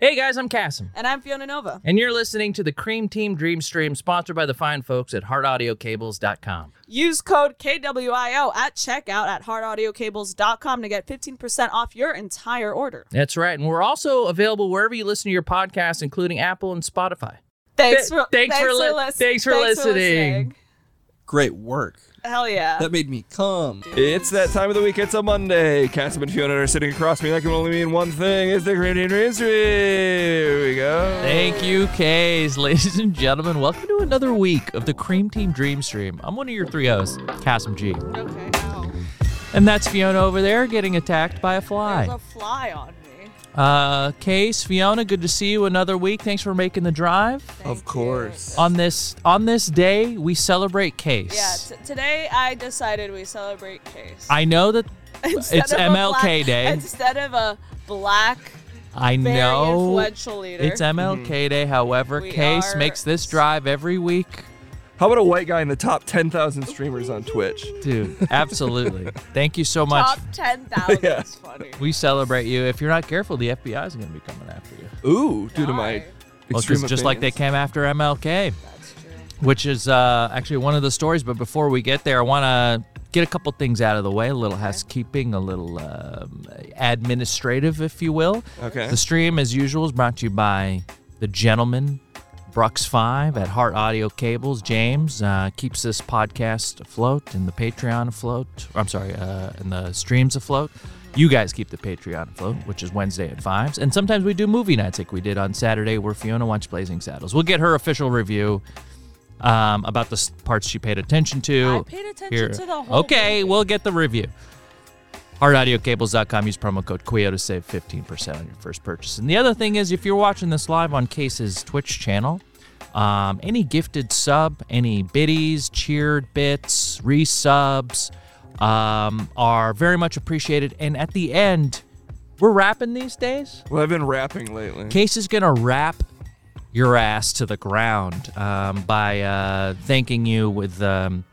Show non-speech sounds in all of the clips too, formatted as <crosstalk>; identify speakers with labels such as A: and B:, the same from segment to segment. A: Hey guys, I'm Cassim,
B: And I'm Fiona Nova.
A: and you're listening to the Cream Team Dream Stream, sponsored by the fine folks at HeartAudioCables.com.
B: Use code KWIO at checkout at hardaudio.cables.com to get 15% off your entire order.
A: That's right, and we're also available wherever you listen to your podcasts, including Apple and Spotify.
B: Thanks for,
A: Thanks for li-
B: lis-
A: thanks for listening.
C: Great work.
B: Hell yeah.
C: That made me come.
D: It's that time of the week. It's a Monday. Cassim and Fiona are sitting across me. That can only mean one thing. It's the Green History. Here we go.
A: Thank you, Kays, <laughs> ladies and gentlemen. Welcome to another week of the Cream Team Dream Stream. I'm one of your three hosts, Cassim G,
B: okay,
A: and that's Fiona over there getting attacked by a
B: There's
A: fly.
B: a fly on me.
A: Uh, Case, Fiona, good to see you another week. Thanks for making the drive.
C: Of course.
A: on this on this day we celebrate case
B: Yeah, t- today I decided we celebrate Case.
A: i know that
B: Instead
A: it's
B: of a
A: MLK
B: black-
A: Day.
B: Instead of a black,
A: i
B: very
A: know
B: influential leader.
A: it's mlk
D: Mm-hmm.
A: day however
B: We
A: case
B: are-
A: makes this drive every week
D: How about a white guy in the top 10,000 streamers on Twitch?
B: <laughs>
A: dude absolutely thank you so much
B: Top
A: <laughs>
B: 10,000
D: Yeah.
B: is funny.
A: we celebrate you if you're not careful the fbi is going to be coming after you
D: Ooh, due to my
B: Die.
A: well, 'cause
D: extreme
A: just like they
D: opinions.
A: came after mlk
B: That's true.
A: which is uh, actually one of the stories. But before we get there, I want to get a couple things out of the way a little housekeeping, a little um, administrative, if you will.
D: Okay.
A: The stream, as usual, is brought to you by the gentleman. Brux5 at Heart Audio Cables. James uh, keeps this podcast afloat and the Patreon afloat. or, I'm sorry, uh, and the streams afloat. You guys keep the Patreon afloat, which is Wednesday at 5s. And sometimes we do movie nights like we did on Saturday where Fiona watched Blazing Saddles. We'll get her official review um, about the s- parts she paid attention to.
B: I paid attention to the whole
A: Okay,
B: movie.
A: we'll get the review. HardAudioCables.com. Use promo code Quio to save 15% on your first purchase. And the other thing is, if you're watching this live on Case's Twitch channel, um, any gifted sub, any biddies, cheered bits, resubs um, are very much appreciated. And at the end, we're wrapping these days.
D: Well, I've been rapping lately.
A: Case is gonna wrap your ass to the ground um, by uh, thanking you with um,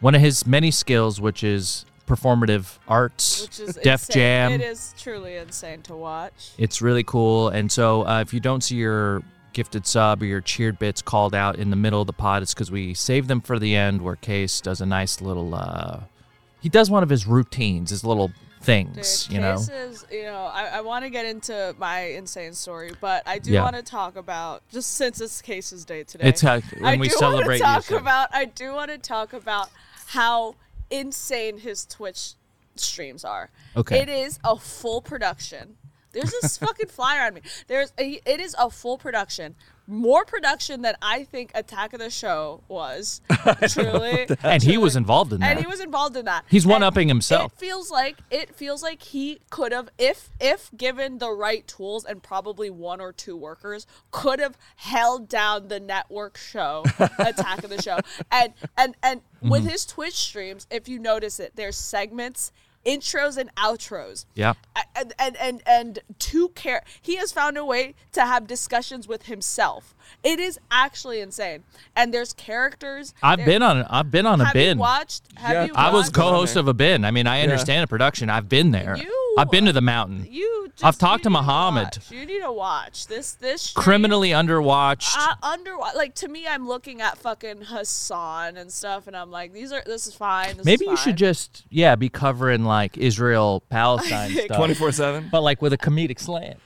A: one of his many skills, which is performative arts,
B: Which is
A: Def
B: insane.
A: Jam.
B: It is truly insane to watch.
A: It's really cool. And so uh, if you don't see your gifted sub or your cheered bits called out in the middle of the pod, it's because we save them for the end where Case does a nice little. Uh, he does one of his routines, his little things,
B: Dude,
A: you know.
B: cases, you know, I, I want to get into my insane story, but I do
A: Yeah.
B: want to talk about just since it's cases day today.
A: It's how when
B: I
A: we
B: do
A: celebrate.
B: want to
A: these
B: talk
A: things.
B: about. I do want to talk about how insane his Twitch streams are.
A: Okay.
B: it is a full production. There's
A: <laughs>
B: this fucking flyer on me. There's a, it is a full production. More production than I think Attack of the Show
A: <laughs>
B: was. Truly,
A: and he was involved in that.
B: and he was involved in that.
A: He's
B: And
A: one-upping himself.
B: It feels like it feels like he could have, if if given the right tools and probably one or two workers, could have held down the
A: <laughs>
B: network show, Attack of the Show, and and and
A: Mm-hmm.
B: with his Twitch streams, if you notice it, there's segments, intros, and outros.
A: yeah.
B: And and and and to care, he has found a way to have discussions with himself. It is actually insane, and there's characters.
A: I've
B: there-
A: been on I've been on a
B: have
A: bin.
B: You watched? Have
D: Yeah,
B: you
A: I was
B: watched-
A: co-host of a bin. I mean, I understand the production. I've been there.
B: You-
A: I've been to the mountain.
B: You. Just,
A: I've talked to
B: you need
A: Muhammad.
B: watch. You need to watch this. This shit-
A: Criminally underwatched.
B: I under like to me, I'm looking at fucking Hassan and stuff, and I'm like, these are this is fine. This
A: Maybe
B: is
A: you should
B: fine.
A: just yeah be covering like
B: <laughs>
A: Israel Palestine stuff,
D: 24 7.
A: but like with a comedic slant.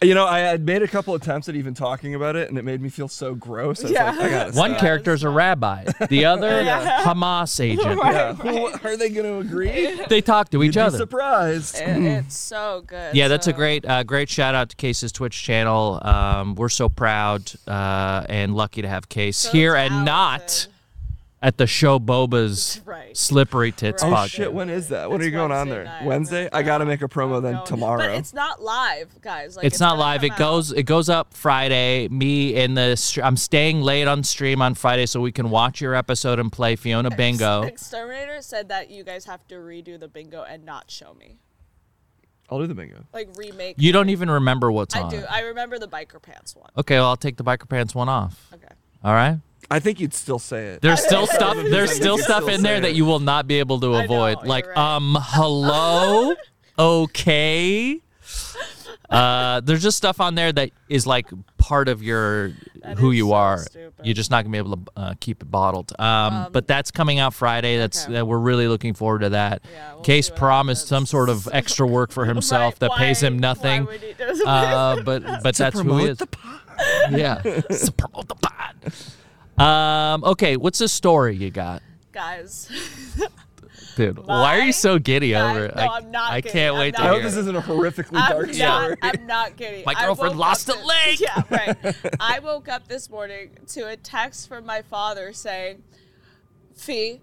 D: You know, I had made a couple attempts at even talking about it, and it made me feel so gross. I was
B: Yeah.
D: like, I gotta
A: One
D: stop.
A: character is a rabbi,
B: <laughs>
A: the other Hamas agent.
D: Yeah. Who- Are they going to agree?
A: They talk to each
D: You'd be
A: other.
D: surprised.
B: It- it's so good.
A: Yeah, that's a
B: so-
A: great, uh, great shout out to Case's Twitch channel. Um, we're so proud uh, and lucky to have Case here and not
B: talented.
A: at the show Boba's
B: Right.
A: slippery tits
D: Oh
A: podcast.
D: shit! When is that? When are
B: It's
D: you going on
B: Wednesday
D: there?
B: night.
D: Wednesday? I gotta make a promo then
B: No,
D: tomorrow.
B: But it's not live, guys. Like,
A: it's, not
B: gonna
A: live. It
B: come out.
A: goes it goes up Friday. Me and the str- I'm staying late on stream on Friday so we can watch your episode and play Fiona Bingo.
B: <laughs> Exterminator said that you guys have to redo the bingo and not show me,
D: I'll do the bingo.
B: like remake.
A: You don't even remember what's
B: I
A: on.
B: do.
A: it.
B: I remember the biker pants one.
A: Okay, well I'll take the biker pants one off.
B: Okay.
A: All right.
D: I think you'd still say it.
A: There's still stuff.
D: You
A: There's
D: can
A: still
D: still
A: stuff in
D: say
A: there
D: it.
A: that you will not be able to um,
B: I know,
A: avoid.
B: you're <laughs>
A: like
B: right.
A: um hello, okay. Uh, there's just stuff on there that is like part of your who
B: is
A: you
B: so
A: are.
B: stupid.
A: You're just not gonna be able to uh, keep it bottled. Um, but that's coming out Friday. That's that we're really looking forward to that.
B: Yeah, we'll
A: Case
B: see what
A: promised some
B: happens.
A: sort of extra work for himself
B: <laughs> Right,
A: that pays
B: why-
A: him nothing.
B: <laughs> why would he do
A: Uh, but but that's who he
C: promote
A: is.
C: the
A: yeah, So promote the pod. Um, okay, what's the story you got?
B: guys. <laughs>
A: Dude, why are you so giddy
B: Guys,
A: over it?
B: no,
A: I,
B: I'm not
A: I
B: giddy.
A: can't
B: I'm
A: wait
B: not
D: I
A: to
D: hope
A: hear.
D: this
A: it.
D: isn't a horrific dark
B: I'm
D: story.
B: not, I'm not kidding.
A: My
B: I
A: girlfriend
B: woke
A: lost
B: up
A: a
B: <laughs> thi-
A: leg.
B: Yeah, right.
A: <laughs>
B: I woke up this morning to a text from my father saying, "Fee,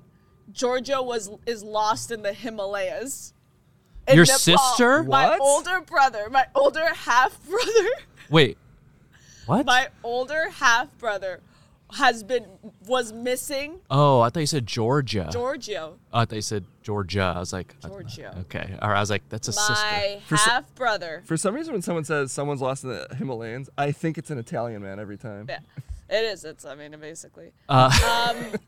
B: Georgia was is lost in the Himalayas." In
A: Your
B: Nepal."
A: sister?
B: My
D: What?
B: older brother, my older half brother, <laughs>
A: Wait, what?
B: my older half brother has been was missing
A: oh, I thought you said Georgia.
B: Giorgio.
A: Oh, I thought you said Georgia. I was like, uh,
B: Georgia.
A: Okay, or I was like, that's a sister.
B: <laughs> My
D: so-
B: half brother.
D: For some reason, when someone says someone's lost in the Himalayas, I think it's an Italian man every time.
B: Yeah, it is. It's I mean, basically.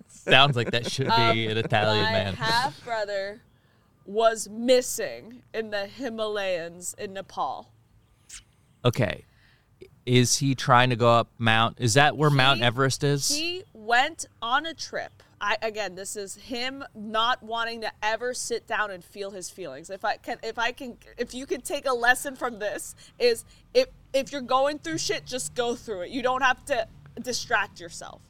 A: Sounds like that should be an Italian
B: Um, my
A: man.
B: half brother was missing in the Himalayas in Nepal.
A: okay, is he trying to go up Mount? Is that where Mount
B: He-
A: Everest is?
B: He went on a trip. I again, this is him not wanting to ever sit down and feel his feelings. If I can, if I can, if you could take a lesson from this, is if if you're going through shit, just go through it. You don't have to distract yourself.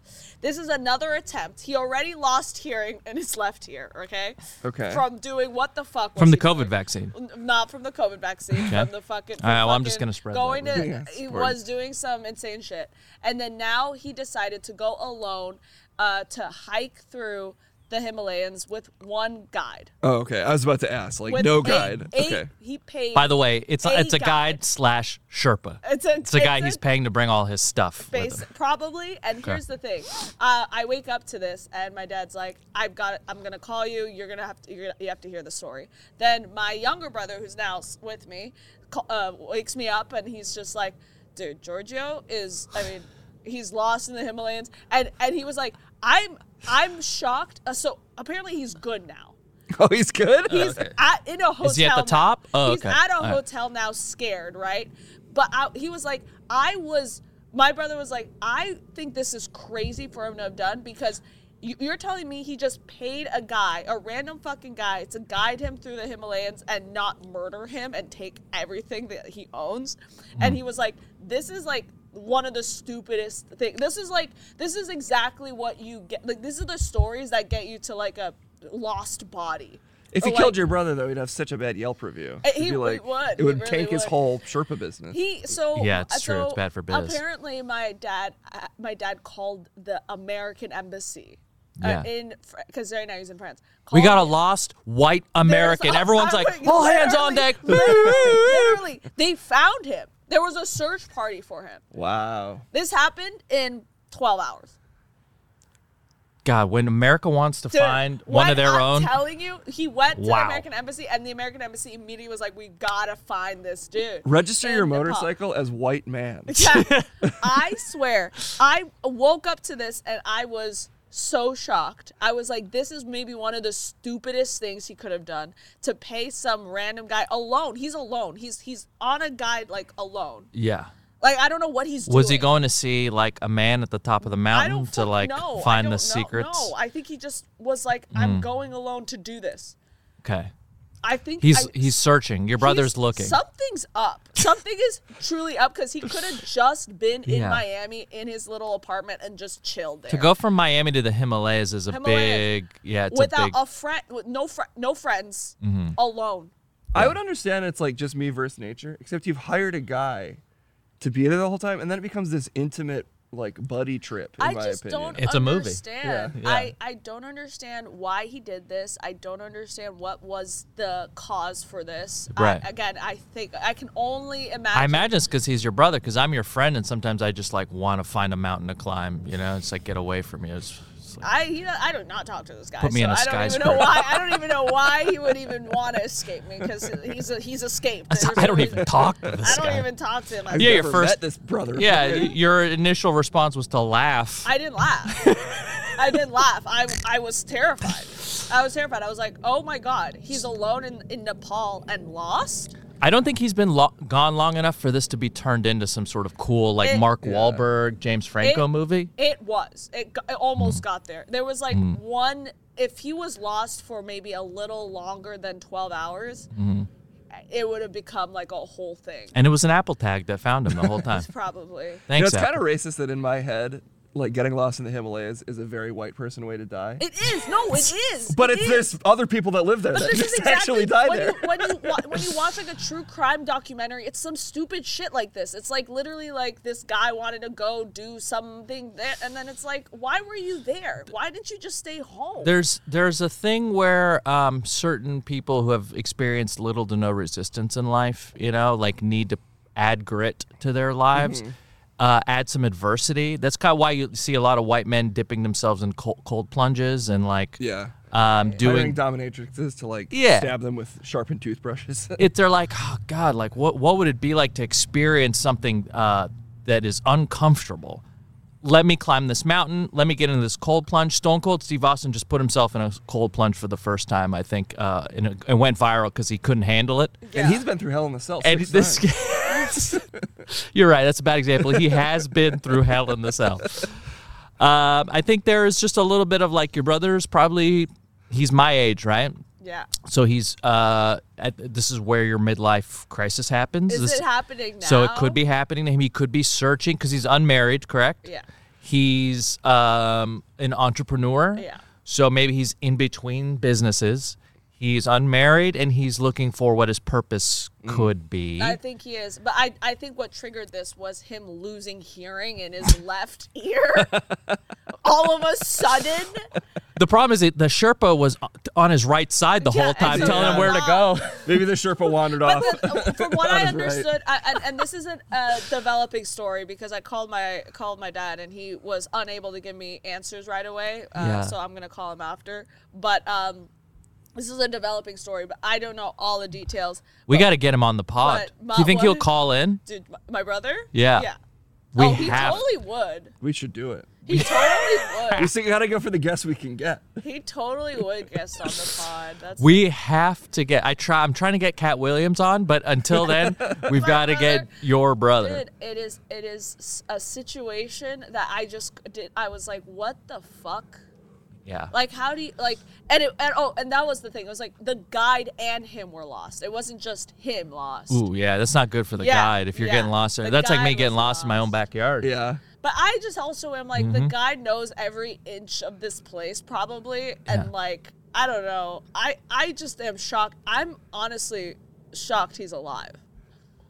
B: This is another attempt. He already lost hearing in his left ear. Okay.
D: Okay.
B: From doing what the fuck? Was
A: From the
B: he doing?
A: COVID vaccine.
B: N- Not from the COVID vaccine. From the fucking. from
A: All right, well, I'm just
B: fucking
A: gonna spread that
B: Going
A: word.
B: to,
D: Yeah,
B: he
D: spread.
B: was doing some insane shit, and then now he decided to go alone uh, to hike through the Himalayas with one guide.
D: Oh, okay. I was about to ask, like,
B: With
D: no
B: eight-
D: guide.
B: eight-
D: okay. <laughs>
B: He paid.
A: By the way, it's
B: A
A: it's a
B: guide.
A: guide slash Sherpa.
B: It's a-
A: a
B: it's
A: guy
B: a-
A: he's paying to bring all his stuff. with
B: Base,
A: him.
B: probably. And here's the thing: uh, I wake up to this, and my dad's like, "I've got. It. I'm gonna call you. You're gonna have to. You're gonna, you have to hear the story." Then my younger brother, who's now s- with me, ca- uh, wakes me up, and he's just like, "Dude, Giorgio is. I mean, he's lost in the Himalayas." And and he was like, "I'm. I'm shocked. Uh, so apparently he's good now."
D: Oh, he's good?
B: He's at, in a hotel.
A: Is he at the
B: now.
A: top? Oh,
B: He's
A: okay.
B: at a
A: All right.
B: hotel now, scared, right? But I, he was like, I was. My brother was like, I think this is crazy for him to have done because you, you're telling me he just paid a guy, a random fucking guy, to guide him through the Himalayas and not murder him and take everything that he owns. And
A: Mm.
B: he was like, this is like one of the stupidest things. This is like this is exactly what you get. Like this is the stories that get you to like a lost body.
D: If he
B: Or, like,
D: killed your brother, though, he'd have such a bad Yelp review.
B: Eh,
D: It'd
B: he
D: be
B: really
D: like,
B: would.
D: It would
B: He really
D: tank his
B: would.
D: whole Sherpa business.
B: He so
A: Yeah, it's
B: so
A: true. It's bad for biz.
B: Apparently, my dad, uh, my dad called the American embassy.
A: Yeah.
B: Uh, in because right now he's in France.
A: We got a
B: Called-
A: lost white
B: Oh. There's- <laughs>
A: American.
B: oh,
A: Everyone's
B: I'm
A: like,
B: like,
A: all hands on
B: literally-
A: deck.
B: Literally, they found him. There was a search party for him.
D: wow.
B: This happened in 12 hours.
A: God, when America wants to
B: Dude,
A: find one
B: when
A: of their
B: I'm
A: own,
B: telling you, he went to
A: Wow.
B: the American embassy, and the American embassy immediately was like, "We gotta find this dude."
D: Register
B: in
D: your
B: Nepal."
D: motorcycle as
B: <laughs>
D: white man.
A: <laughs>
B: Yeah. I swear, I woke up to this and I was so shocked. I was like, this is maybe one of the stupidest things he could have done to pay some random guy alone. He's alone. He's he's on a guide like alone.
A: yeah.
B: Like I don't know what he's
A: Was
B: doing.
A: he going to see like a man at the top of the
B: I
A: mountain
B: don't
A: to
B: fuck-
A: like
B: no, I
A: find
B: don't
A: the
B: know.
A: secrets? Mm.
B: No, I think he just was like, I'm going alone to do this.
A: okay,
B: I think
A: he's
B: I-
A: he's searching. Your brother's
B: he's-
A: looking.
B: Something's up. Something is truly up because he could have just been
A: Yeah.
B: in Miami in his little apartment and just chilled there.
A: to go from Miami to the Himalayas is a
B: Himalayas.
A: big yeah. It's
B: without
A: a big. Mm-hmm.
B: a friend, with no fr- no friends, alone.
D: I would understand it's like just me versus nature, except you've hired a guy to be there the whole time, and then it becomes this intimate, like, buddy trip, in
B: I
D: my
B: just
D: opinion.
B: don't
A: It's a movie.
B: understand.
A: Yeah. Yeah.
B: I, I don't understand why he did this. I don't understand what was the cause for this. I-
A: Right.
B: again, I think I can only imagine.
A: I imagine it's because he's your brother. Because I'm your friend, and sometimes I just like want to find a mountain to climb. You know, it's like get away from you. It's, it's like,
B: I he, I do not talk to this guy.
A: Put me
B: so
A: in a
B: I don't even
A: skyscraper.
B: know why. I don't even know why he would even want to escape me because he's
A: <laughs>
B: a, he's escaped. There's
A: I
B: no
A: don't even
B: reason-
A: talk to
B: <laughs> I
A: this
B: don't
A: guy.
B: even talk to him. I-
D: I've
A: Yeah, your
D: never
A: first-
D: met this brother. <laughs>
A: yeah, y- your initial response was to laugh.
B: I didn't laugh. I didn't laugh. I, I was terrified. I was terrified. I was like, oh my God, he's alone in, in Nepal and lost?
A: I don't think he's been lo- gone long enough for this to be turned into some sort of cool, like
B: It-
A: Mark Wahlberg, James Franco
B: It-
A: movie.
B: It was. It, go- it almost got there. There was like one. If he was lost for maybe a little longer than twelve hours, it would have become like a whole thing.
A: And it was an Apple tag that found him the whole
B: <laughs>
A: time.
B: Probably.
D: You know,
A: Thanks,
D: it's kind
A: Apple.
D: of racist that in my head, like getting lost in the Himalayas is a very white person way to die.
B: It is. No, it is.
D: but
B: It
D: it's
B: is.
D: there's other people that live there
B: But
D: that
B: <laughs> this is
D: just <laughs>
B: exactly
D: actually die
B: when
D: there.
B: You, when, you wa-
A: <laughs>
B: when you watch like a true crime documentary, it's some stupid shit like this. It's like literally like this guy wanted to go do something there, and then it's like, why were you there? Why didn't you just stay home?
A: There's there's a thing where um, certain people who have experienced little to no resistance in life, you know, like need to add grit to their lives,
B: Mm-hmm.
A: uh, add some adversity. That's kind of why you see a lot of white men dipping themselves in cold, cold plunges and like
D: yeah.
A: um, doing
D: Hiring dominatrixes to like
A: Yeah.
D: stab them with sharpened toothbrushes. <laughs>
A: it they're like oh god like what what would it be like to experience something uh, that is uncomfortable let me climb this mountain let me get into this cold plunge stone cold steve austin just put himself in a cold plunge for the first time i think uh, and it, it went viral because he couldn't handle it
D: And he's been through hell in the cell.
A: and
D: six
A: this
D: times.
A: <laughs> you're right that's a bad example he has been through hell in the cell um, i think there is just a little bit of like your brother's probably he's my age right
B: yeah.
A: so he's uh, at, this is where your midlife crisis happens.
B: Is
A: This-
B: it happening now?
A: So it could be happening to him. He could be searching because he's unmarried, correct?
B: Yeah.
A: He's um, an entrepreneur.
B: Yeah.
A: So maybe he's in between businesses. He's unmarried and he's looking for what his purpose could be.
B: I think he is, but I, I think what triggered this was him losing hearing in his left
A: <laughs>
B: ear all of a sudden.
A: the problem is that the Sherpa was on his right side the
B: Yeah,
A: whole time,
B: and
D: <laughs>
B: so
A: telling him
B: he's
A: where to go.
B: not- <laughs>
D: Maybe the Sherpa wandered off.
B: But <laughs> from what I
D: is right.
B: understood, I, and, and this isn't a developing story because I called my called my dad and he was unable to give me answers right away. Uh,
A: Yeah.
B: So I'm gonna call him after. But um, this is a developing story, but I don't know all the details.
A: We got to get him on the pod.
B: But my-
A: Do you think
B: what
A: he'll
B: is-
A: call in?
B: Did my, my brother?
A: Yeah.
B: Yeah.
A: We
B: oh, he
A: have-
B: totally would.
D: <laughs> we should do it.
B: He totally
A: <laughs>
B: would.
D: We still gotta go for the guess we can get.
B: He totally would guest on the pod. That's
A: We have to get. I try. I'm trying to get Cat Williams on, but until then,
B: <laughs>
A: we've
B: My
A: got to get
B: brother
A: your brother.
B: Dude, it is it is s- a situation that I just did. I was like, what the fuck?
A: Yeah.
B: Like, how do you like? And it and oh, and that was the thing. It was like the guide and him were lost. It wasn't just him lost.
A: Ooh, yeah. That's not good for the
B: Yeah,
A: guide if you're
B: yeah.
A: getting lost. There.
B: The
A: That's like me
B: guide
A: getting
B: was
A: lost, in my own
B: lost.
A: backyard.
D: Yeah.
B: But I just also am like
A: Mm-hmm.
B: the guide knows every inch of this place probably,
A: Yeah.
B: and like I don't know. I I just am shocked. I'm honestly shocked he's alive.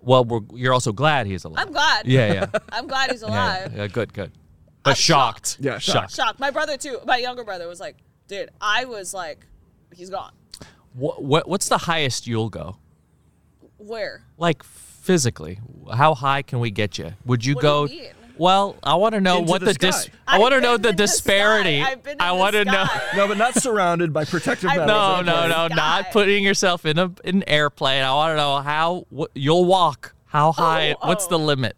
A: Well, we're, you're also glad he's alive.
B: I'm glad. <laughs>
A: Yeah, yeah. yeah,
B: I'm glad
A: <laughs>
B: he's
A: yeah,
B: alive.
A: yeah. Good, good. But
B: I'm
A: shocked.
B: shocked.
D: Yeah,
A: shocked.
D: shocked.
B: shocked. My brother too. My younger brother was like, "Dude, I was like, he's gone.
A: What, what, what's the highest you'll go?
B: Where?
A: Like physically, how high can we get you? Would you
B: What do
A: go?
B: you mean?
A: Well, I want to know
D: Into
A: what
D: the
A: the dis.
D: sky.
A: I want to
B: I've
A: know
B: been
A: the
B: in the
A: disparity.
B: sky. I've been in
A: I
B: the
A: want to know.
B: sky.
D: No, but not surrounded by protective
B: I-
D: metals.
A: No,
B: in
A: no,
B: the
A: no,
B: sky.
A: not putting yourself in a, an airplane. I want to know how wh- you'll walk, how high,
B: Oh,
A: what's the
B: oh.
A: limit?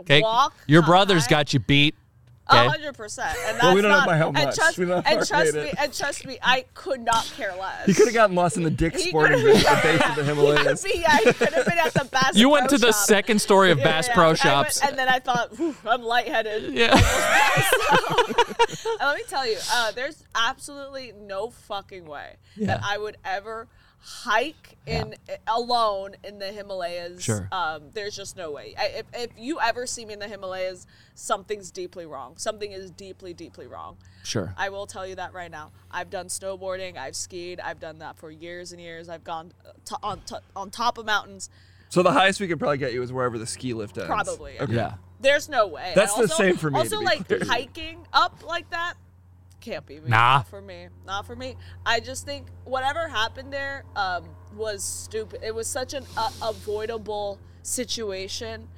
A: Okay,
B: Walk
A: your
B: high. Oh,
A: brother's got you beat.
B: A
A: Okay,
B: hundred percent. And that's
D: Well, we don't know
B: not,
D: by how
B: And
D: much.
B: trust,
D: We don't know how
B: and
D: far
B: trust
D: it
B: me,
D: is.
B: and trust me, I could not care less.
D: He could have gotten lost in the Dick
B: He
D: Sporting
B: could've-
D: Goods
B: <laughs>
D: <laughs> at the base of the Himalayas.
B: Be- yeah, he could have been at the Bass.
A: you went
B: Pro
A: to the
B: Shop.
A: second story of
B: <laughs> Yeah,
A: Bass
B: yeah. I
A: Pro
B: went-
A: Shops.
B: and then I thought, "Whew, I'm
A: <laughs>
B: lightheaded. <laughs>
A: yeah,
B: And let me tell you, uh, there's absolutely no fucking way that I would ever hike in uh, alone in the Himalayas.
A: Sure.
B: Um, there's just no way. I, if, if you ever see me in the Himalayas, something's deeply wrong. Something is deeply, deeply wrong.
A: sure.
B: I will tell you that right now. I've done snowboarding. I've skied. I've done that for years and years. I've gone uh, to, on to, on top of mountains.
D: So the highest we could probably get you is wherever the ski lift ends.
B: Probably,
D: Okay.
A: Yeah,
B: There's no way.
D: That's
B: And
D: the same for me,
B: Also,
D: to be
B: like
D: clear.
B: hiking up like that can't be me.
A: Nah.
B: Not for me. Not for me. I just think whatever happened there um, was stupid. It was such an uh, avoidable situation,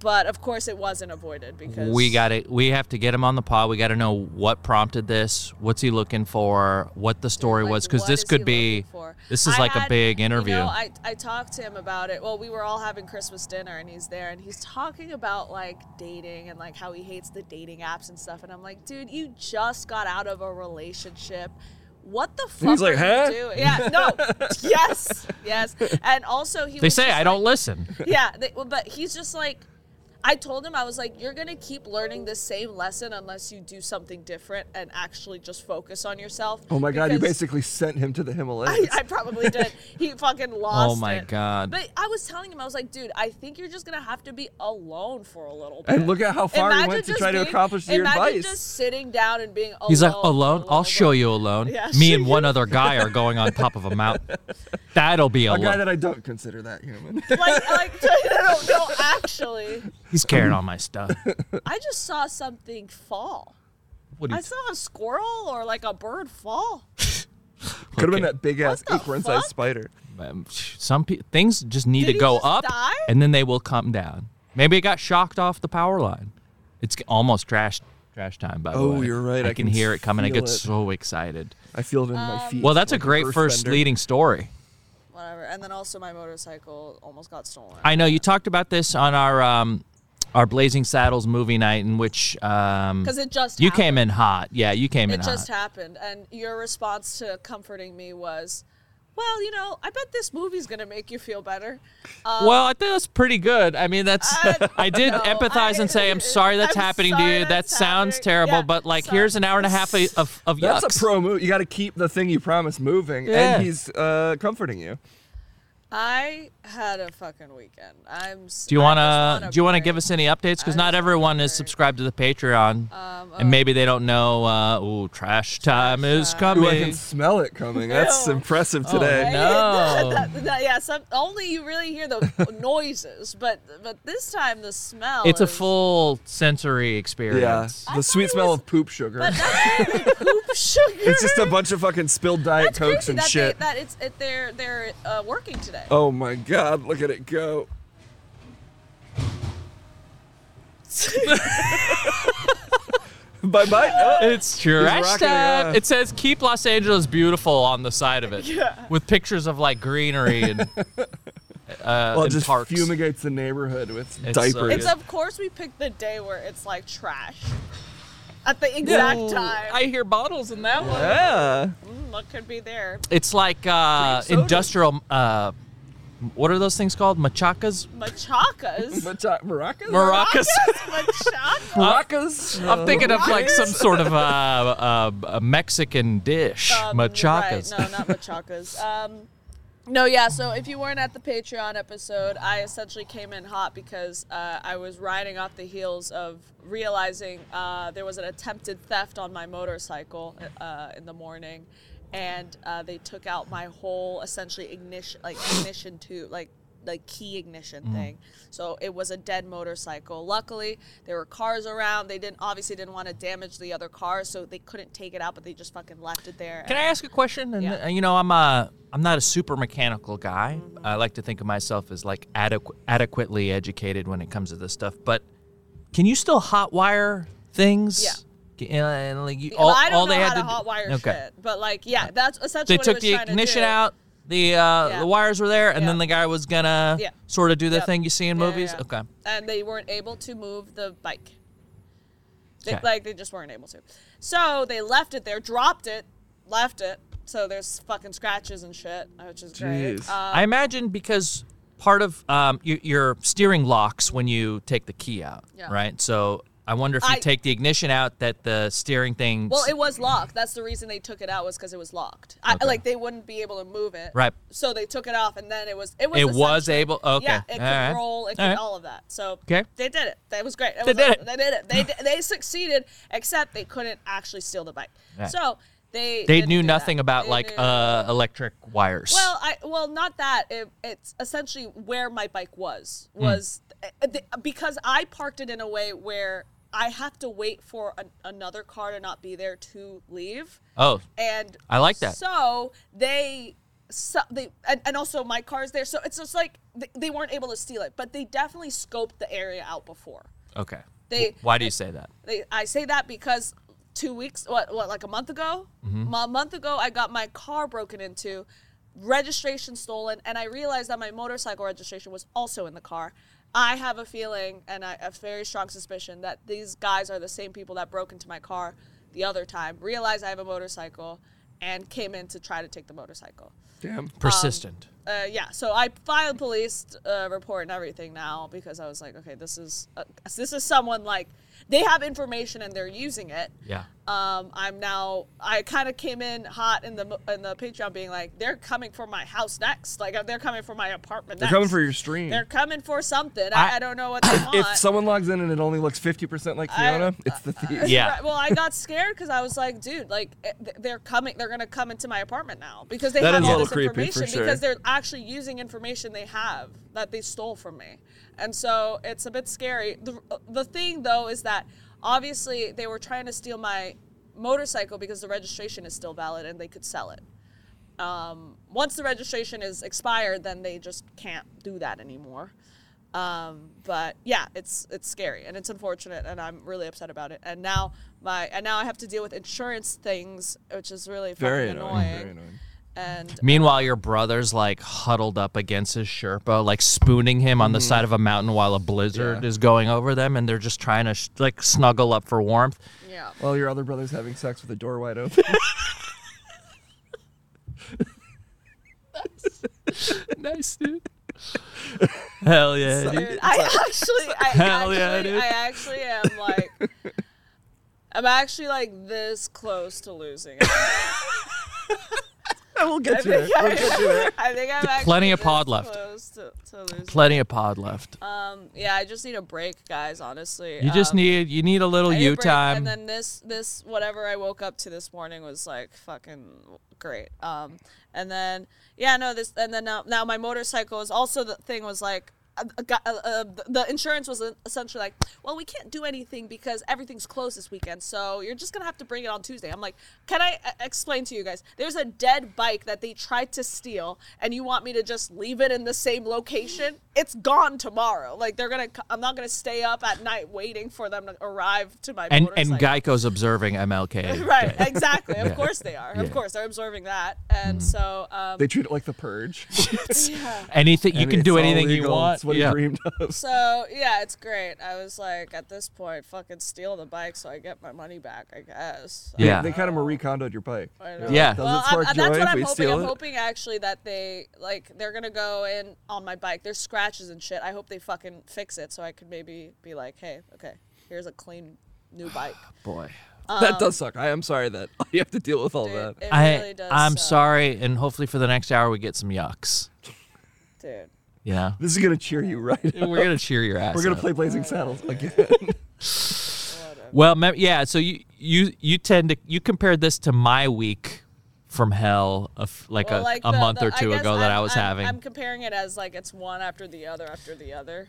B: but of course it wasn't avoided because
A: we got it. We have to get him on the pod. We got to know what prompted this. What's he looking for? What the story
B: like,
A: was? Because
B: what
A: this
B: is
A: could
B: he
A: be.
B: looking for?
A: This is
B: I
A: like a
B: had-
A: big interview.
B: You know, I, I talked to him about it. Well, we were all having Christmas dinner, and he's there, and he's talking about like dating and like how he hates the dating apps and stuff. And I'm like, dude, you just got out of a relationship. what the fuck
D: like,
B: are
D: "Huh?"
B: you doing? Yeah,
D: <laughs>
B: no, yes, yes. And also, he
A: They
B: was
A: say
B: just
A: I don't
B: like-
A: listen.
B: yeah, they, well, but he's just like, I told him I was like, you're gonna keep learning the same lesson unless you do something different and actually just focus on yourself.
D: Oh my god, you
B: because-
D: basically sent him to the
B: I,
D: Himalayas.
B: I probably
D: <laughs>
B: did. He
D: Oh
B: fucking lost.
A: my
B: it.
A: God.
B: But I was telling him, I was like, dude, I think you're just gonna have to be alone for a little bit.
D: and look at how far he went to
B: just
D: try to
B: being-
D: accomplish your
B: imagine
D: advice.
B: just sitting down and being alone.
A: He's like,
B: for a
A: alone?
B: little
A: I'll show
B: bit."
A: you alone.
B: Yeah,
A: Me
B: show
A: and one other guy are going on top of a
B: <laughs>
A: mountain. That'll be
D: a guy
A: alone.
D: that I don't consider that human.
B: <laughs>
D: <laughs>
B: Like, like, <laughs> no, no, actually,
A: He's carrying
B: <laughs>
A: all my stuff.
B: I just saw something fall.
A: What do
B: I
A: you
B: saw a squirrel or like a bird fall.
D: Could have
A: Okay.
D: been that big ass
B: the
D: acorn sized
B: fuck?
D: spider.
A: um, some pe- things just need
B: Did
A: to
B: he
A: go
B: just
A: up
B: die?
A: and then they will come down. Maybe it got shocked off the power line. It's g- almost trash trash time by the
D: Oh,
A: way.
D: you're right.
A: I,
D: I
A: can,
D: can
A: hear it coming. I
D: feel
A: get
D: it.
A: so excited.
D: I feel it in my
B: Um,
D: feet.
A: Well, that's a
D: like
A: great
D: earth
A: first
D: bender.
A: leading story.
B: Whatever. And then also my motorcycle almost got stolen.
A: I know you talked about this on our um, our Blazing Saddles movie night in which um,
B: Because it just
A: you
B: happened.
A: came in hot. Yeah, you came in
B: It just
A: hot.
B: happened, and your response to comforting me was, "Well, you know, I bet this movie's gonna make you feel better."
A: well, I think that's pretty good. I mean, that's
B: I-
A: I did
B: no,
A: empathize
B: I-
A: and say I'm sorry that's
B: I'm
A: happening to
B: sorry
A: you. That
B: that's
A: sounds
B: happening.
A: terrible,
B: Yeah,
A: but like
B: sorry.
A: here's an hour and a half of of, of yucks.
D: That's a pro move. You got to keep the thing you promised moving,
A: Yeah.
D: and he's uh, comforting you.
B: I had a fucking weekend. I'm. s-
A: Do you
B: I
A: want
B: just
A: to
B: on a
A: do you want to
B: break.
A: give us any updates? Because
B: I
A: not
B: just want a
A: everyone is
B: break.
A: subscribed to the Patreon,
B: Um,
A: and maybe they don't know. Uh, oh, trash time is
D: Ooh, I can
A: coming.
D: smell it coming. That's
B: Ew.
D: impressive today.
A: right. No.
B: <laughs> That- that- that- yeah, some, only you really hear
A: <laughs>
B: the noises, but but this time the smell.
A: It's a
B: is-
A: full sensory
D: Yeah,
A: experience.
B: I
D: the
B: thought
D: sweet
B: it
D: smell
B: was-
D: of poop sugar.
B: But that's really poop <laughs> sugar.
D: it's
B: <laughs>
D: just a bunch of fucking spilled diet
B: That's
D: cokes
B: crazy
D: and
B: that
D: shit.
B: They, that it's it, they're they're uh, working today.
D: oh my god, look at it go. bye bye.
A: It's trash
D: rocking it,
A: time.
D: yeah.
A: It says "Keep Los Angeles Beautiful" on the side of it,
B: <laughs> Yeah.
A: with pictures of like greenery
D: <laughs>
A: and uh,
D: well,
A: and
D: just
A: parks.
D: fumigates the neighborhood with
A: It's so
D: diapers.
B: It's
A: good.
B: of course we picked the day where it's like trash. At the exact
A: Ooh,
B: time.
A: I hear bottles in that one.
D: yeah.
B: Mm, what could be there?
A: It's like uh,
D: Cream soda.
A: industrial. Uh, what are those things called? Machacas,
B: Machacas.
D: Macha- maracas?
A: maracas.
B: Machacas.
D: maracas?
A: I'm thinking of like
D: Maracas?
A: some sort of uh, uh, a Mexican dish,
B: Um,
A: machacas.
B: Right. No, not machacas. Um, no, yeah. So if you weren't at the Patreon episode, I essentially came in hot because uh, I was riding off the heels of realizing uh, there was an attempted theft on my motorcycle uh, in the morning, and uh, they took out my whole essentially ignition, like ignition tube, like like key ignition thing. So it was a dead motorcycle. Luckily, there were cars around. They didn't obviously didn't want to damage the other cars, so they couldn't take it out, but they just fucking left it there.
A: Can I ask a question? And
B: Yeah.
A: uh, you know, I'm a I'm not a super mechanical guy.
B: Mm-hmm.
A: I like to think of myself as like adequ- adequately educated when it comes to this stuff. But can you still hotwire things?
B: Yeah.
A: Can- And, and, like you,
B: Yeah,
A: all,
B: well, I don't
A: all
B: know
A: they
B: how
A: had
B: to
A: do-
B: hotwire
A: okay.
B: shit, but like, yeah, that's
A: They
B: essentially what
A: took
B: it was
A: the
B: trying to
A: ignition
B: do.
A: out. The uh,
B: Yeah.
A: the wires were there, and
B: Yeah.
A: then the guy was gonna
B: Yeah.
A: sort of do the
B: Yep.
A: thing you see in
B: Yeah, yeah,
A: movies.
B: yeah. Uh,
A: Okay.
B: and they weren't able to move the bike. They,
A: Okay.
B: Like they just weren't able to. So they left it there, dropped it, left it. So there's fucking scratches and shit, which is
D: Jeez.
B: great. Uh,
A: I imagine because part of um, your, your steering locks when you take the key out,
B: Yeah.
A: right? So I wonder if you
B: I-
A: take the ignition out that the steering thing.
B: well, it was locked. That's the reason they took it out was because it was locked. I,
A: Okay.
B: like they wouldn't be able to move it.
A: Right.
B: So they took it off, and then it was it was
A: It was
B: essentially-
A: able- okay.
B: Yeah, it
A: All
B: could
A: right.
B: roll. It could
A: All right.
B: all of that. So
A: Okay.
B: they did it. That was great. It
A: They
B: was
A: did
B: like-
A: it.
B: They did
A: <laughs>
B: it. They did, they succeeded, except they couldn't actually steal the bike.
A: Right.
B: So they
A: they
B: didn't
A: knew
B: do that.
A: nothing about
B: They
A: like
B: knew-
A: uh, electric wires.
B: well, I well not that. It, it's essentially where my bike was
A: Hmm.
B: was uh, th- because I parked it in a way where I have to wait for an, another car to not be there to leave.
A: oh,
B: And
A: I like that.
B: So they, so they, and, and also my car's there. So it's just like they, they weren't able to steal it, but they definitely scoped the area out before.
A: okay.
B: They- um,
A: Why do you say that?
B: They, I say that because two weeks, what, what, like a month ago, a month ago, I got my car broken into, registration stolen, and I realized that my motorcycle registration was also in the car. I have a feeling and I, a very strong suspicion that these guys are the same people that broke into my car the other time. Realize I have a motorcycle and came in to try to take the motorcycle.
D: Damn.
A: Persistent.
B: Uh, yeah, so I filed police uh, report and everything now because I was like, okay, this is uh, this is someone like they have information and they're using it. <laughs>
A: yeah.
B: Um, I'm now I kind of came in hot in the mo- in the Patreon being like, they're coming for my house next, like they're coming for my apartment.
D: They're
B: next.
D: coming for your stream.
B: They're coming for something. I,
A: I-
B: I don't know what they want.
D: <coughs> if someone logs in and it only looks 50% like
B: I-
D: Fiona, it's the thief.
A: Yeah.
B: Right, Well, I got scared because I was like, dude, like eh, th- they're coming, they're gonna come into my apartment now because they
D: That
B: have
D: is a
B: all
D: little
B: this
D: creepy, for
B: information
D: sure.
B: because they're actually using information they have that they stole from me, and so it's a bit scary. The the thing though is that obviously they were trying to steal my motorcycle because the registration is still valid and they could sell it. Um, once the registration is expired, then they just can't do that anymore. Um, but yeah, it's it's scary and it's unfortunate, and I'm really upset about it. And now my and now I have to deal with insurance things, which is really fucking
D: Very
B: annoying.
D: annoying. Very annoying.
B: And
A: Meanwhile, your brother's like huddled up against his Sherpa, like spooning him
B: Mm-hmm.
A: on the side of a mountain while a blizzard
D: Yeah.
A: is going over them, and they're just trying to sh- like snuggle up for warmth.
B: <laughs> yeah,
D: Well, your other brother's having sex with the door wide open.
A: nice, dude. <laughs> Hell yeah, dude.
B: dude, I actually, I
A: Hell
B: actually,
A: yeah, dude.
B: I actually am like, I'm actually like this close to losing. It.
D: <laughs> I will
B: I
D: get you there.
B: think, I,
D: We'll get you there.
B: I think I'm actually
A: Plenty of
B: this
A: pod left.
B: Close to, to losing.
A: Plenty of pod left.
B: um, yeah, I just need a break, guys. Honestly,
A: You just
B: Um,
A: need you need a little
B: I need a
A: you
B: break,
A: time.
B: And then this this whatever I woke up to this morning was like fucking great. Um, and then yeah, no, this and then now, now my motorcycle is also the thing was like. uh, uh, got- uh, uh, the insurance was essentially like, well, we can't do anything because everything's closed this weekend, so you're just gonna have to bring it on Tuesday. I'm like, can I uh, explain to you guys? There's a dead bike that they tried to steal, and you want me to just leave it in the same location? It's gone tomorrow. Like they're gonna, c- I'm not gonna stay up at night waiting for them to arrive to my
A: and and
B: motorcycle.
A: Geico's observing MLK.
B: <laughs> right, exactly. Of course they are. Of course they're absorbing that,
A: Mm-hmm.
B: and so um,
D: They treat it like the purge.
B: <laughs> yeah.
A: Anything you
D: And
A: can
D: it's
A: do
D: all
A: anything you
D: legal.
A: want.
D: It's what
A: yeah.
D: he dreamed of.
B: So yeah, it's great. I was like, at this point, fucking steal the bike so I get my money back. I guess.
A: Yeah.
D: They kind of Marie Kondoed your bike.
B: I
D: They're
B: know.
D: like,
A: Yeah.
D: Does
B: Well,
D: it
B: I'm-
D: spark
B: I'm-
D: joy
B: that's what
D: if
B: I'm
D: we
B: hoping.
D: steal
B: I'm
D: it?
B: hoping actually that they like they're gonna go in on my bike. There's scratches and shit. I hope they fucking fix it so I could maybe be like, hey, okay, here's a clean
A: <sighs>
B: new bike.
D: Boy. <laughs> that does suck. I am sorry that <laughs> you have to deal with all
B: Dude,
D: that.
B: um, it
A: I
B: really does.
A: I'm
B: suck.
A: sorry, and hopefully for the next hour we get some yucks.
B: dude.
A: You
B: <laughs>
A: know,
D: This is gonna cheer you right. up.
A: we're gonna cheer your ass.
D: We're gonna
A: up.
D: play Blazing
B: <laughs>
D: Saddles again.
A: Well, mem- yeah. So you you you tend to you compared this to my week from hell of like a,
B: Well, like
A: a
B: the-
A: month
B: the-
A: or 2
B: guess
A: ago that
B: I'm-
A: I was
B: I'm-
A: having.
B: I'm comparing it as like it's one after the other after the other.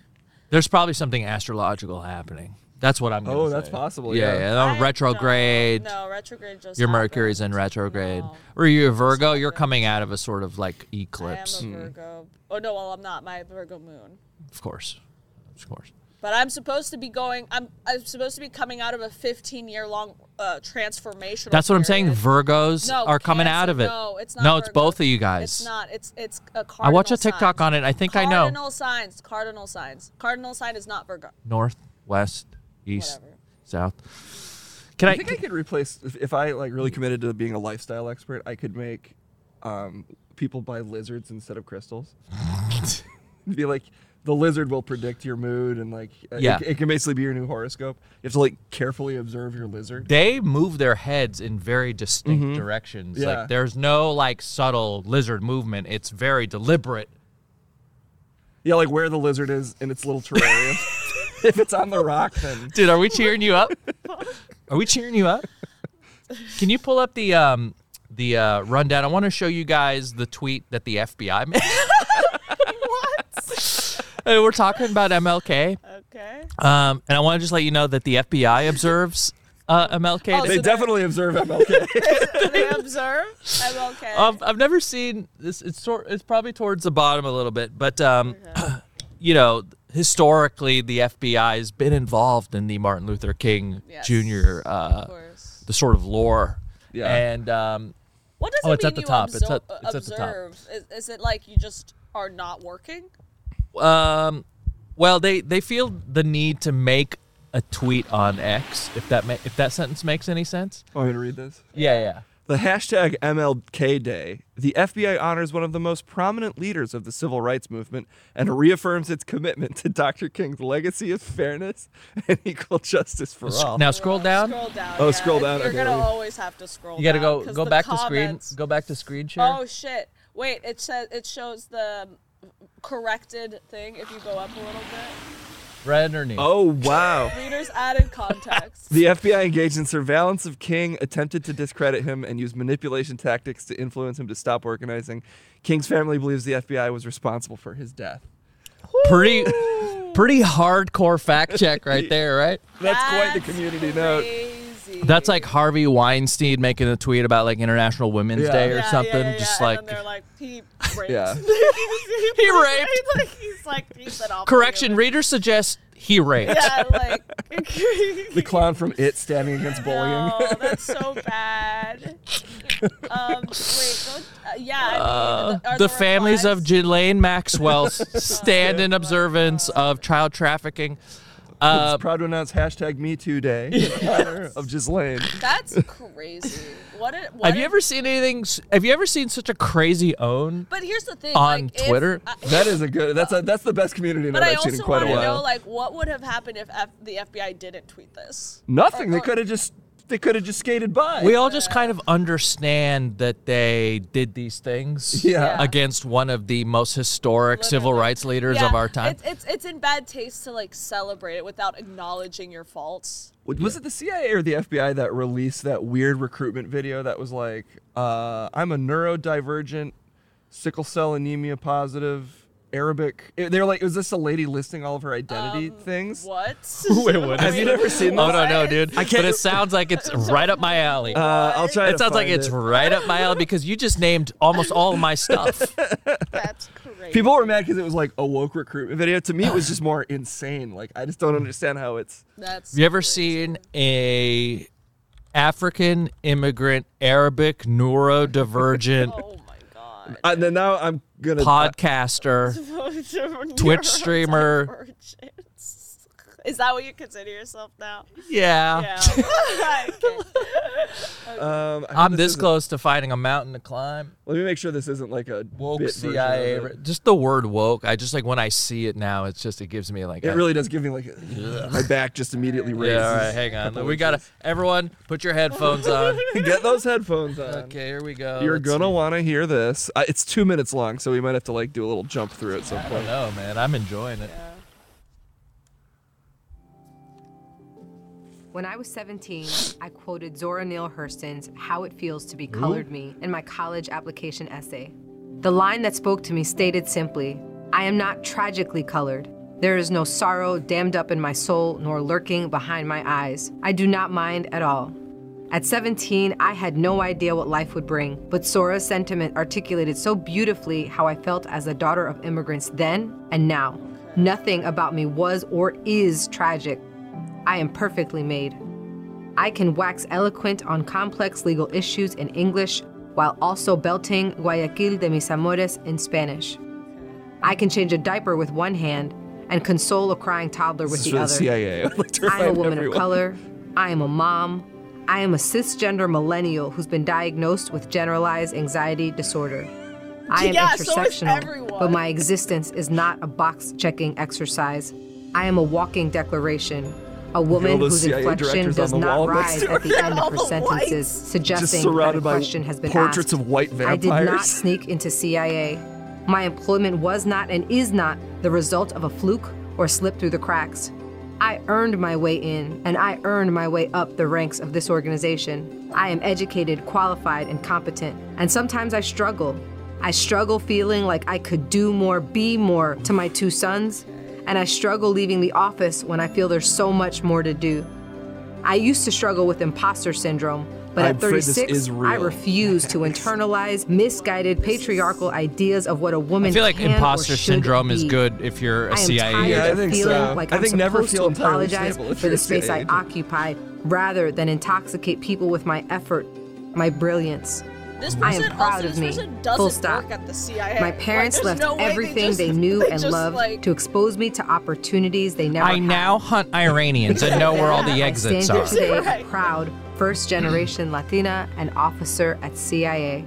A: There's probably something astrological happening. That's what I'm. Gonna
D: Oh, that's
A: say.
D: possible,
A: Yeah,
D: yeah.
A: yeah, on
B: I-
A: Oh, retrograde.
B: No, no, retrograde just.
A: Your Mercury's in
B: happened.
A: retrograde,
B: No.
A: or you're Virgo. You're coming out of a sort of like eclipse,
B: I am a Virgo. Oh no, well I'm not. My Virgo moon.
A: of course, of course.
B: But I'm supposed to be going. I'm I'm supposed to be coming out of a 15 year long uh, transformation.
A: That's what I'm saying. Virgos
B: No,
A: are coming
B: Cancer,
A: out of it.
B: no, it's not
A: No, it's
B: Virgos.
A: both of you guys.
B: It's not. It's it's a cardinal.
A: I watch a TikTok on
B: sign.
A: it. I think
B: cardinal
A: I know.
B: Cardinal signs. Cardinal signs. Cardinal sign is not
A: <laughs>
B: Virgo.
A: North, west, east,
B: Whatever.
A: south. Can I?
D: I think I could replace if, if I like really committed to being a lifestyle expert. I could make um, people buy lizards instead of crystals. <laughs> be like the lizard will predict your mood and like uh, it-
A: Yeah.
D: it, can basically be your new horoscope. You have to like carefully observe your lizard.
A: they move their heads in very distinct directions.
D: Yeah.
A: Like there's no like subtle lizard movement. It's very deliberate.
D: Yeah, like where the lizard is in its
A: <laughs>
D: little terrarium. if it's on the rock, then
A: Dude, are we cheering you up? Are we cheering you up? Can you pull up the um the uh, rundown? I want to show you guys the tweet that the FBI <laughs> made. what? We're talking about MLK,
B: Okay.
A: um, and I want to just let you know that the FBI observes uh, MLK.
B: Oh,
D: they
B: So there-
D: definitely observe MLK.
B: they observe. I'm okay.
A: Um, I've never seen this. It's sort. It's probably towards the bottom a little bit, but um, <clears throat> you know, historically, the FBI has been involved in the Martin Luther King
B: Yes,
A: Jr.
B: of
A: Uh,
B: course.
A: the sort of lore.
D: Yeah.
A: And um,
B: What does
A: oh,
B: it
A: it's
B: mean
A: at the
B: you
A: top. It's
B: absor-
A: at- it's at the top.
B: observe? Is, is it like you just are not working?
A: um, well, they they feel the need to make a tweet on X. If that ma- if that sentence makes any sense.
D: <laughs> Want me to read this?
A: Yeah, yeah.
D: The hashtag MLK Day, the FBI honors one of the most prominent leaders of the civil rights movement and reaffirms its commitment to Dr. King's legacy of fairness and <laughs> equal justice for all.
A: Now scroll down.
B: Scroll down.
D: Oh,
B: yeah.
D: scroll down,
B: You're
D: okay,
B: gonna
D: leave.
B: always have to scroll.
A: You gotta
B: down,
A: go
B: 'cause
A: go
B: the
A: back to
B: comments-
A: screen. Go back to screen share.
B: Oh shit! Wait, it says it shows the corrected thing if you go up a little bit.
A: right underneath.
D: Oh, wow.
B: Readers added context.
D: <laughs> The FBI engaged in surveillance of King, attempted to discredit him, and used manipulation tactics to influence him to stop organizing. King's family believes the FBI was responsible for his death.
A: Pretty pretty hardcore fact check right there, right?
D: That's, quite the community note.
B: crazy.
A: That's like Harvey Weinstein making a tweet about like International Women's
D: Yeah.
A: Day
B: Yeah,
A: or
B: yeah,
A: something.
B: yeah, yeah,
A: Just
B: and
A: like
B: then they're like
A: <laughs>
B: he raped. <laughs>
D: Yeah.
B: he
A: raped.
B: Like, <laughs> he's like he's an awful
A: correction,
B: human.
A: reader suggests he raped.
B: Yeah, like
A: <laughs>
D: The clown from It standing against bullying.
B: No, Oh, that's so bad. um, wait, go, uh, yeah. I mean, are
A: the families of
B: replies-
A: Ghislaine Maxwell
B: <laughs>
A: stand in observance of child trafficking.
D: It's proud to announce hashtag Me Too Day in honor of Ghislaine.
B: That's crazy. What? Did, what
A: Have
B: did-
A: you ever seen anything? s- Have you ever seen such a crazy own?
B: But here's the thing.
A: on
B: like, if-
A: Twitter?
B: I-
D: That is a good. That's a that's the best community note
B: but I
D: I've seen in
B: also
D: quite
B: want
D: a
B: to
D: while.
B: know, like, what would have happened if F- the FBI didn't tweet this?
D: Nothing. They
B: or-
D: could have just they could have just skated by.
A: We all just kind of understand that they did these things
D: Yeah.
B: Yeah.
A: against one of the most historic civil
B: Literally.
A: rights leaders
B: Yeah,
A: of our time.
B: It's, it's it's in bad taste to like celebrate it without acknowledging your faults.
D: Was it the CIA or the FBI that released that weird recruitment video that was like, uh, "I'm a neurodivergent, sickle cell anemia positive, Arabic." It- They're like, "Is this a lady listing all of her identity things?"
B: Um, Mm, What?
A: <laughs> Wait, what
B: <laughs>
D: Have
A: is
D: you
A: it?
D: never seen
A: Oh
D: this?
A: no, no, dude!
D: I can't-
A: But it sounds like it's right up my alley.
D: Uh, I'll try.
A: it
D: to
A: sounds like
D: find
A: it's
D: it.
A: right up my alley because you just named almost all of my
D: <laughs>
A: stuff.
B: That's crazy.
D: People were mad because it was like a woke recruitment video. To me, it was just more insane. Like I just don't understand how it's.
B: That's.
A: You ever
B: crazy.
A: seen a African immigrant Arabic
D: <laughs>
A: neurodivergent
B: Oh my god.
D: And then Uh, now I'm gonna. <laughs>
A: podcaster?
B: Twitch
A: streamer.
B: Is that what you consider yourself now?
A: Yeah.
B: Yeah.
D: <laughs>
B: I can't.
D: um, I hope
A: I'm this
D: isn't-
A: close to finding a mountain to climb.
D: Let me make sure this isn't like a
A: Woke
D: bit version of
A: CIA.
D: it.
A: re- Just the word woke. I just like when I see it now, it's just, it gives me like.
D: It
A: a-
D: really does give me like my back just immediately raises.
A: Yeah, all right, hang on.
D: couple
A: We got to, everyone, put your headphones
D: <laughs>
A: on.
D: Get those headphones on.
A: Okay, here we go.
D: You're
A: Let's
D: gonna
A: see.
D: want to hear this. Uh, it's two minutes long, so we might have to like do a little jump through at some
A: I
D: point.
A: don't know, man. I'm enjoying it.
E: When I was 17, I quoted Zora Neale Hurston's How It Feels to Be Colored Me in my college application essay. The line that spoke to me stated simply I am not tragically colored. There is no sorrow dammed up in my soul nor lurking behind my eyes. I do not mind at all. At 17, I had no idea what life would bring, but Sora's sentiment articulated so beautifully how I felt as a daughter of immigrants then and now. Nothing about me was or is tragic. I am perfectly made. I can wax eloquent on complex legal issues in English while also belting Guayaquil de mis amores in Spanish. I can change a diaper with one hand and console a crying toddler with
D: This is
E: the
D: for the
E: other.
D: <laughs> CIA. I'd like to
E: I am a
D: remind
E: woman
D: everyone.
E: of color. I am a mom. I am a cisgender millennial who's been diagnosed with generalized anxiety disorder. I am
B: Yeah, so is
E: intersectional,
B: everyone.
E: but my existence is not a box checking exercise. I am a walking declaration. A woman
D: those
E: whose
D: CIA
E: inflection
D: directors
E: does
D: on the wall
E: not
D: next
E: rise
D: to
E: at the end
B: All
E: of her
B: the
E: sentences,
B: whites.
E: suggesting that a
D: surrounded by
E: question has been
D: portraits
E: asked.
D: of white
E: I did not
D: vampires.
E: sneak into CIA. My employment was not and is not the result of a fluke or slip through the cracks. I earned my way in, and I earned my way up the ranks of this organization. I am educated, qualified, and competent, and sometimes I struggle. I struggle feeling like I could do more, be more to my two sons, and I struggle leaving the office when I feel there's so much more to do. I used to struggle with imposter syndrome, but
D: I'm
E: at
D: afraid this
E: 36,
D: is
E: I
D: real.
E: refuse
D: <laughs>
E: to internalize misguided patriarchal ideas of what a woman
A: I feel like
E: can or
A: imposter
E: should
A: syndrome is
E: be.
A: good if you're a
E: I am
A: CIA.
E: tired
D: Yeah, I
E: of
D: think
E: feeling
D: so.
E: like
D: I
E: am
D: think never
E: supposed
D: feel
E: to
D: entirely
E: apologize
D: stable if
E: for
D: you're a
E: the space
D: CIA
E: I
D: agent.
E: occupy rather than intoxicate people with my effort, my brilliance.
B: This
E: I am
B: person
E: proud
B: also,
E: of
B: this
E: me.
B: person
E: Full
B: doesn't
E: stop.
B: work at the CIA.
E: My
B: Like,
E: parents
B: there's
E: left
B: no way they
E: everything
B: just- <laughs>
E: they, knew
B: they
E: and
B: just,
E: loved
B: like,
E: to expose me to opportunities they never
A: I
E: had.
A: now hunt Iranians and know where all the exits
E: I
A: are.
E: stand here today,
B: Right.
E: proud first generation Latina and officer at CIA.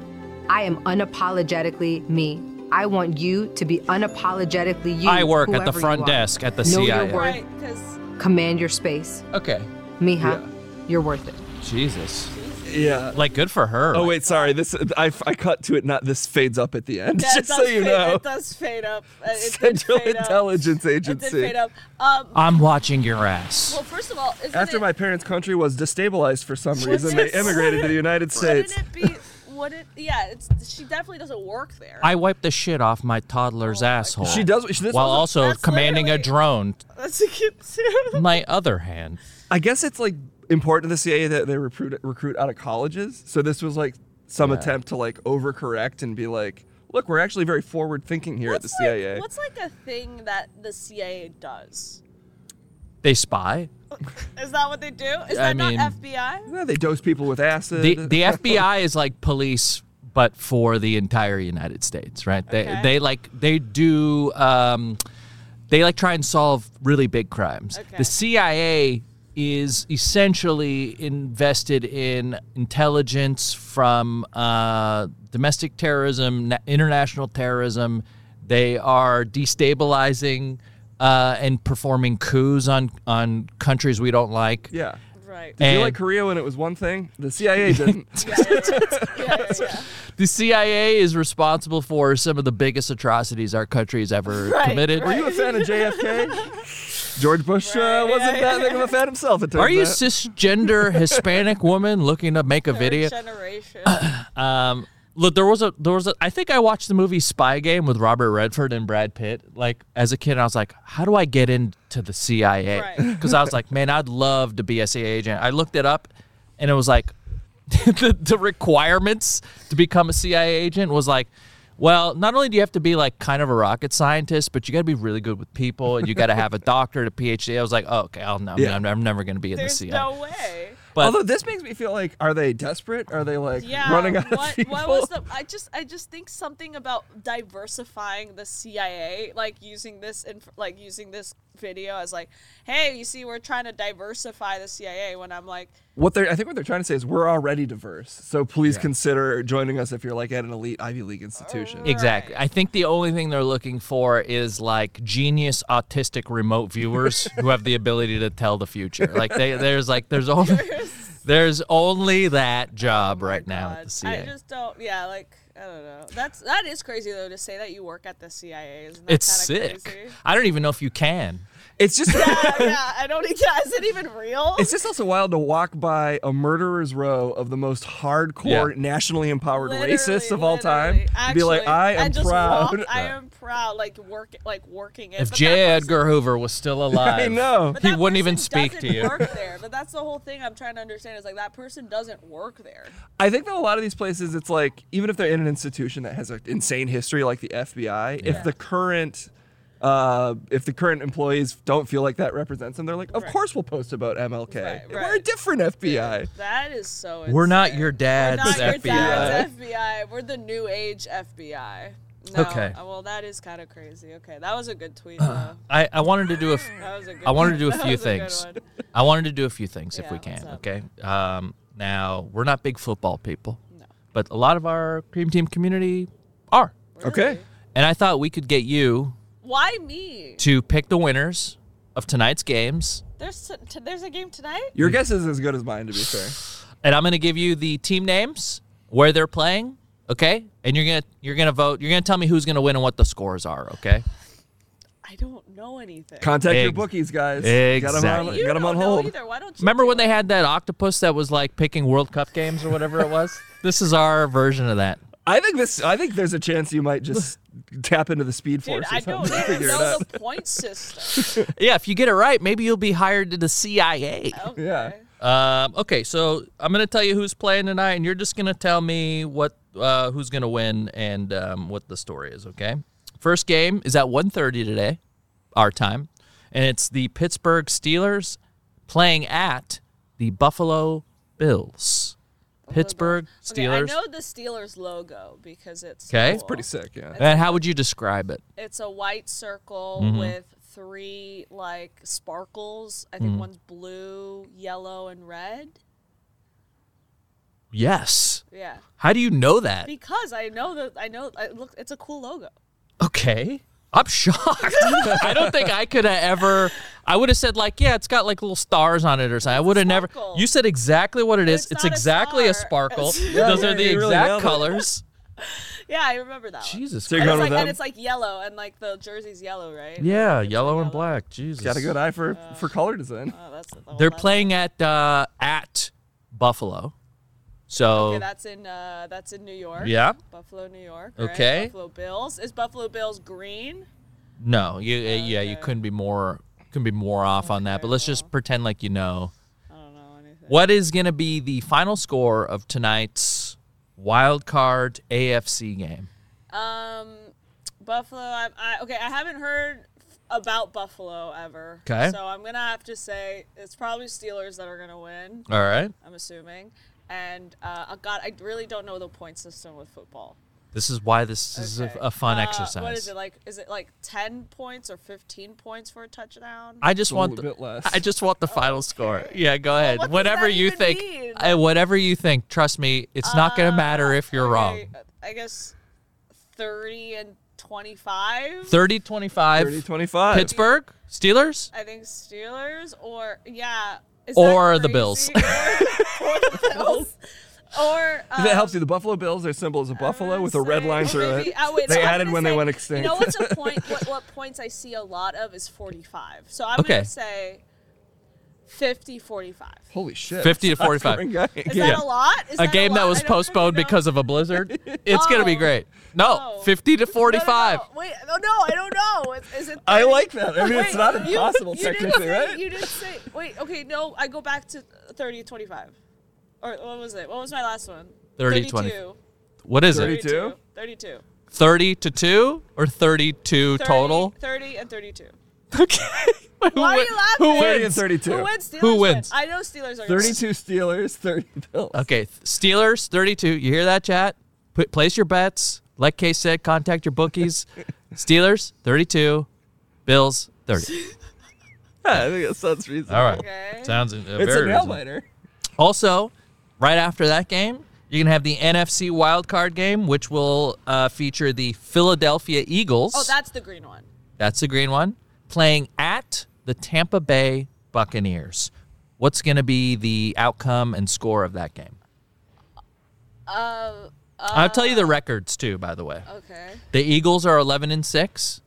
E: I am unapologetically me. I want you to be unapologetically you.
A: I work at the
E: whoever
A: front
E: you are.
A: desk at the
E: Know your
A: CIA.
E: worth.
B: right
D: <laughs>
B: because
E: Command your space.
A: Okay.
E: Mija, you're worth it.
A: Jesus.
D: Yeah.
A: Like, good for her.
D: Oh wait, sorry. This I, I cut to it. Not this fades up at the end.
B: yeah, it
D: <laughs> just
B: does
D: so
B: fade,
D: you know,
B: it does fade up. Uh, It did
D: Central
B: fade up.
D: Intelligence
B: It did
D: Agency.
B: fade up. Um,
A: I'm watching your ass.
B: well, first of all, isn't
D: After
B: it,
D: my parents' country was destabilized for some reason, they
B: it-
D: immigrated to the United States.
B: wouldn't it be?
D: <laughs>
B: Wouldn't yeah? It's she definitely doesn't work there.
A: I wipe the shit off my toddler's asshole.
D: She does. She, this
A: While
D: was-
A: also
B: That's
A: commanding a
B: literally-
A: drone.
B: That's a
D: <laughs>
B: kid
A: on My other hand.
D: I guess it's like important to the CIA that they recruit recruit out of colleges. So this was like some attempt to like overcorrect and be like, look, we're actually very forward thinking here at the CIA.
B: Like, what's like a thing that the CIA does?
A: They spy.
B: Is that what they do? Is
A: I
B: that
A: mean-
B: not FBI?
D: yeah, they dose people with acid.
A: The the
D: <laughs>
A: FBI is like police but for the entire United States, right? They
B: Okay.
A: they like they do um they like try and solve really big crimes.
B: Okay.
A: The CIA is essentially invested in intelligence from uh, domestic terrorism, na- international terrorism. They are destabilizing uh, and performing coups on on countries we don't like.
D: yeah.
B: Right. <laughs>
A: And-
D: you like Korea when it was one thing? The
A: <laughs>
D: CIA didn't.
B: Yeah, yeah, yeah.
A: The CIA is responsible for some of the biggest atrocities our country has ever
B: Right,
A: committed.
D: Were you a fan of
B: <laughs>
D: JFK? George Bush uh, wasn't that big of a fan himself. It turns
A: Are you
D: out.
A: cisgender Hispanic woman looking to make a video? <laughs>
B: Third generation.
A: Um, look, there was a there was a. I think I watched the movie Spy Game with Robert Redford and Brad Pitt. Like as a kid, I was like, how do I get into the CIA? <laughs>
B: Right.
A: Because I was like, man, I'd love to be a CIA agent. I looked it up, and it was like, <laughs> the, the requirements to become a CIA agent was like. Well, not only do you have to be like kind of a rocket scientist, but you got to be really good with people, and you got to have a doctorate, a PhD. I was like, oh, okay, I'll, I'm,
D: Yeah.
A: I'm, I'm never going to be in
B: There's
A: the CIA.
B: no way.
A: But
D: Although this makes me feel like, are they desperate? Are they like
B: Yeah.
D: running out
B: what,
D: of people?
B: what was the? I just I just think something about diversifying the CIA, like using this and like using this video as like, hey, you see, we're trying to diversify the CIA. When I'm like,
D: What they're, I think what they're trying to say is we're already diverse, so please consider joining us if you're like at an elite Ivy League institution.
B: Oh.
A: Exactly. I think the only thing they're looking for is like genius autistic remote
B: <laughs>
A: viewers who have the ability to tell the future. Like they, there's like there's only <laughs> there's only that job right now at
B: Oh God,
A: the
B: I
A: CIA.
B: just don't. Yeah, like I don't know. That's that is crazy though to say that you work at the CIA. Isn't that
A: it's
B: kinda
A: sick.
B: Crazy? <laughs>
A: I don't even know if you can.
D: It's just
B: yeah, yeah, I don't. <laughs> Yeah, is it even real?
D: it's just also wild to walk by a murderer's row of the most hardcore,
A: Yeah.
D: nationally empowered
B: Literally,
D: racists of all time.
B: literally.
D: and be like,
B: Actually,
D: I am
B: just
D: proud. <laughs>
B: walk- I am proud. Like work, like working it.
A: If
B: But
A: J.
B: that person-
A: Edgar Hoover was
B: <laughs>
A: still alive,
D: I know.
B: but
A: he
B: that
A: wouldn't even
B: person
A: speak to
B: doesn't
A: you. <laughs>
B: Work there, but that's the whole thing I'm trying to understand. Is like that person doesn't work there.
D: I think that a lot of these places, it's like even if they're in an institution that has an insane history like the FBI, if the current uh, if the current employees don't feel like that represents them, they're like, of
B: Right.
D: course we'll post about MLK.
B: Right,
D: We're a
B: right.
D: different FBI.
B: That is so. Insane.
A: We're not your
B: We're
A: dad's
B: not your
A: FBI.
B: dad's FBI. We're the new age FBI. No,
A: Okay. Uh.
B: uh, Well, that is kind of crazy. Okay, that was a good tweet. though.
A: I, I wanted to do a f-
B: <laughs> That was a good
A: I wanted to do a
B: one. That
A: few
B: was a good
A: things.
B: one.
A: I wanted to do a few things if
B: Yeah,
A: we
B: what's
A: can.
B: up?
A: Okay. Um, now we're not big football people, but a lot of our cream team community are,
D: Okay.
A: and I thought we could get you
B: Why me?
A: to pick the winners of tonight's games,
B: There's t- t- there's a game tonight.
A: Mm.
D: Your guess is as good as mine, to be fair.
A: and I'm going to give you the team names, where they're playing, okay, and you're gonna you're gonna vote. You're gonna tell me who's gonna win and what the scores are, okay?
B: I don't know anything.
D: Contact your
A: Ex-
D: bookies, guys. Got them on,
A: exactly.
B: you
D: got 'em
B: don't
D: on
B: know
D: hold.
B: either. Why don't you
A: Remember
B: do
A: when
B: it?
A: they had that octopus that was like picking World Cup games or whatever it
B: <laughs>
A: was? this is our version of that.
D: I think this. I think there's a chance you might just <laughs> tap into the speed force.
B: Dude,
D: or
B: I
A: <laughs>
B: don't
D: something to
B: even
D: figure it
B: know
D: out.
B: the point system.
A: Yeah, if you get it right, maybe you'll be hired to the CIA.
B: Okay.
D: Yeah.
A: Um, okay, so I'm gonna tell you who's playing tonight, and you're just gonna tell me what uh, who's gonna win and um, what the story is. Okay, first game is at 1:30 today, our time, and it's the Pittsburgh Steelers playing at the Buffalo Bills. Pittsburgh
B: Okay,
A: Steelers.
B: I know the Steelers logo because it's
A: Okay.
B: cool.
A: It's
D: Pretty sick, yeah.
A: and how would you describe it?
B: It's a white circle
A: Mm-hmm.
B: with three like sparkles. I think
A: Mm-hmm.
B: one's blue, yellow, and red.
A: Yes.
B: Yeah,
A: How do you know that?
B: because I know that I know. I, look, it's a cool logo.
A: Okay. I'm shocked. <laughs> I don't think I could have ever. I would have said like, yeah, it's got like little stars on it or something. I would have never.
B: sparkle.
A: You said exactly what it is.
B: it's
A: It's,
B: not a
A: exactly a,
B: star.
A: sparkle.
D: Yeah,
A: <laughs> Those
D: yeah,
A: are the
D: you really
A: exact
D: nailed it.
A: colors.
B: Yeah, I remember that. one.
A: Jesus.
D: So you're
A: Christ.
B: And
D: going
B: it's,
D: with
B: like, and it's like
D: them?
B: yellow, and like the jersey's yellow, right?
A: Yeah, yellow and black. Jesus.
D: Got a good eye for for color design.
B: Oh, that's the one
A: They're
B: that-
A: playing at uh, at Buffalo. So
B: Okay, that's in uh, that's in New York.
A: Yeah.
B: Buffalo, New York. right?
A: Okay.
B: Buffalo Bills is Buffalo Bills green.
A: no, you uh, yeah, you couldn't be more couldn't be more off on that. But let's just pretend like you know.
B: I don't know anything.
A: What is going to be the final score of tonight's wild card AFC game?
B: Um, Buffalo. I'm, I okay. I haven't heard f- about Buffalo ever.
A: 'Kay.
B: So I'm gonna have to say it's probably Steelers that are gonna win.
A: All right.
B: I'm assuming. And uh, oh, God, I really don't know the point system with football.
A: This is why this is a,
B: Okay.
A: a fun
B: Uh,
A: exercise.
B: What is it like? Is it like ten points or fifteen points for a touchdown?
A: I just
D: a
A: want the,
D: little bit less.
A: I just want the final score. Yeah, go ahead.
B: Oh. what does
A: whatever
B: that
A: you
B: even
A: think,
B: mean? Uh,
A: uh, whatever you think. Trust me, it's not going to matter if you're
B: Okay, uh,
A: wrong.
B: I guess thirty and
A: 30
B: twenty-five.
D: 30
A: 25
D: 25.
A: Pittsburgh Steelers?
B: I think Steelers or yeah, is
A: Or
B: that
A: the
B: <laughs>
A: Bills.
B: crazy? or, or the
A: <laughs>
B: Bills. Or um,
D: If that helps you, the Buffalo Bills, their symbol
B: Uh,
D: is a buffalo with a red
B: say-
D: line
B: or
D: through
B: maybe-
D: it.
B: oh, wait,
D: they
B: so I'm
D: added
B: gonna
D: when they
B: say-
D: went extinct.
B: You know what's a point? What, what points I see a lot of is 45. So I'm
A: Okay.
B: gonna say 50, 45.
D: <laughs> Holy shit.
A: 50 to 45.
D: Scoring
A: <laughs>
D: game.
B: Is
A: Yeah.
B: that a lot? Is
A: A
B: that
A: game that
B: lot?
A: was
B: I don't really
A: postponed
B: know.
A: because of a
B: <laughs>
A: blizzard. It's going to be
B: Oh.
A: great. No,
B: Oh.
A: 50 to
B: No, no, no.
A: 45.
B: Wait, oh, no, no, I don't know. Is, is it?
D: I
B: 30?
D: like that. I mean, it's
B: Wait,
D: not
B: you-
D: impossible
B: you didn't
D: technically,
B: say-
D: right?
B: You didn't say. Wait, okay, no, I go back to 30 25. Or what was it? What was my last one?
A: 30,
B: 32.
A: What is it?
D: 32?
B: 32.
A: 30 to 2 or 32
B: 30,
A: total?
B: 30 and 32.
A: Okay. Who
B: Why are
A: win-
B: you laughing?
A: Who
D: 30 and
A: wins?
D: 32.
B: Who wins? Steelers
A: Who
B: win.
A: wins?
B: I know Steelers are. gonna
D: 32 Steelers, 30 Bills.
A: Okay, th- Steelers 32. You hear that, chat? Put, place your bets. Like Kay said, contact your <laughs> bookies. Steelers 32, Bills 30.
D: Yeah, I think that sounds reasonable.
A: All right.
B: Okay.
A: Sounds uh, very
D: It's a nail
A: reasonable.
D: biter.
A: Also, right after that game, you can have the NFC wildcard game, which will uh, feature the Philadelphia Eagles.
B: Oh, that's the green one.
A: That's the green one. Playing at the Tampa Bay Buccaneers. What's going to be the outcome and score of that game?
B: Uh,
A: I'll tell you the records too, by the way.
B: okay.
A: The Eagles are 11 and 6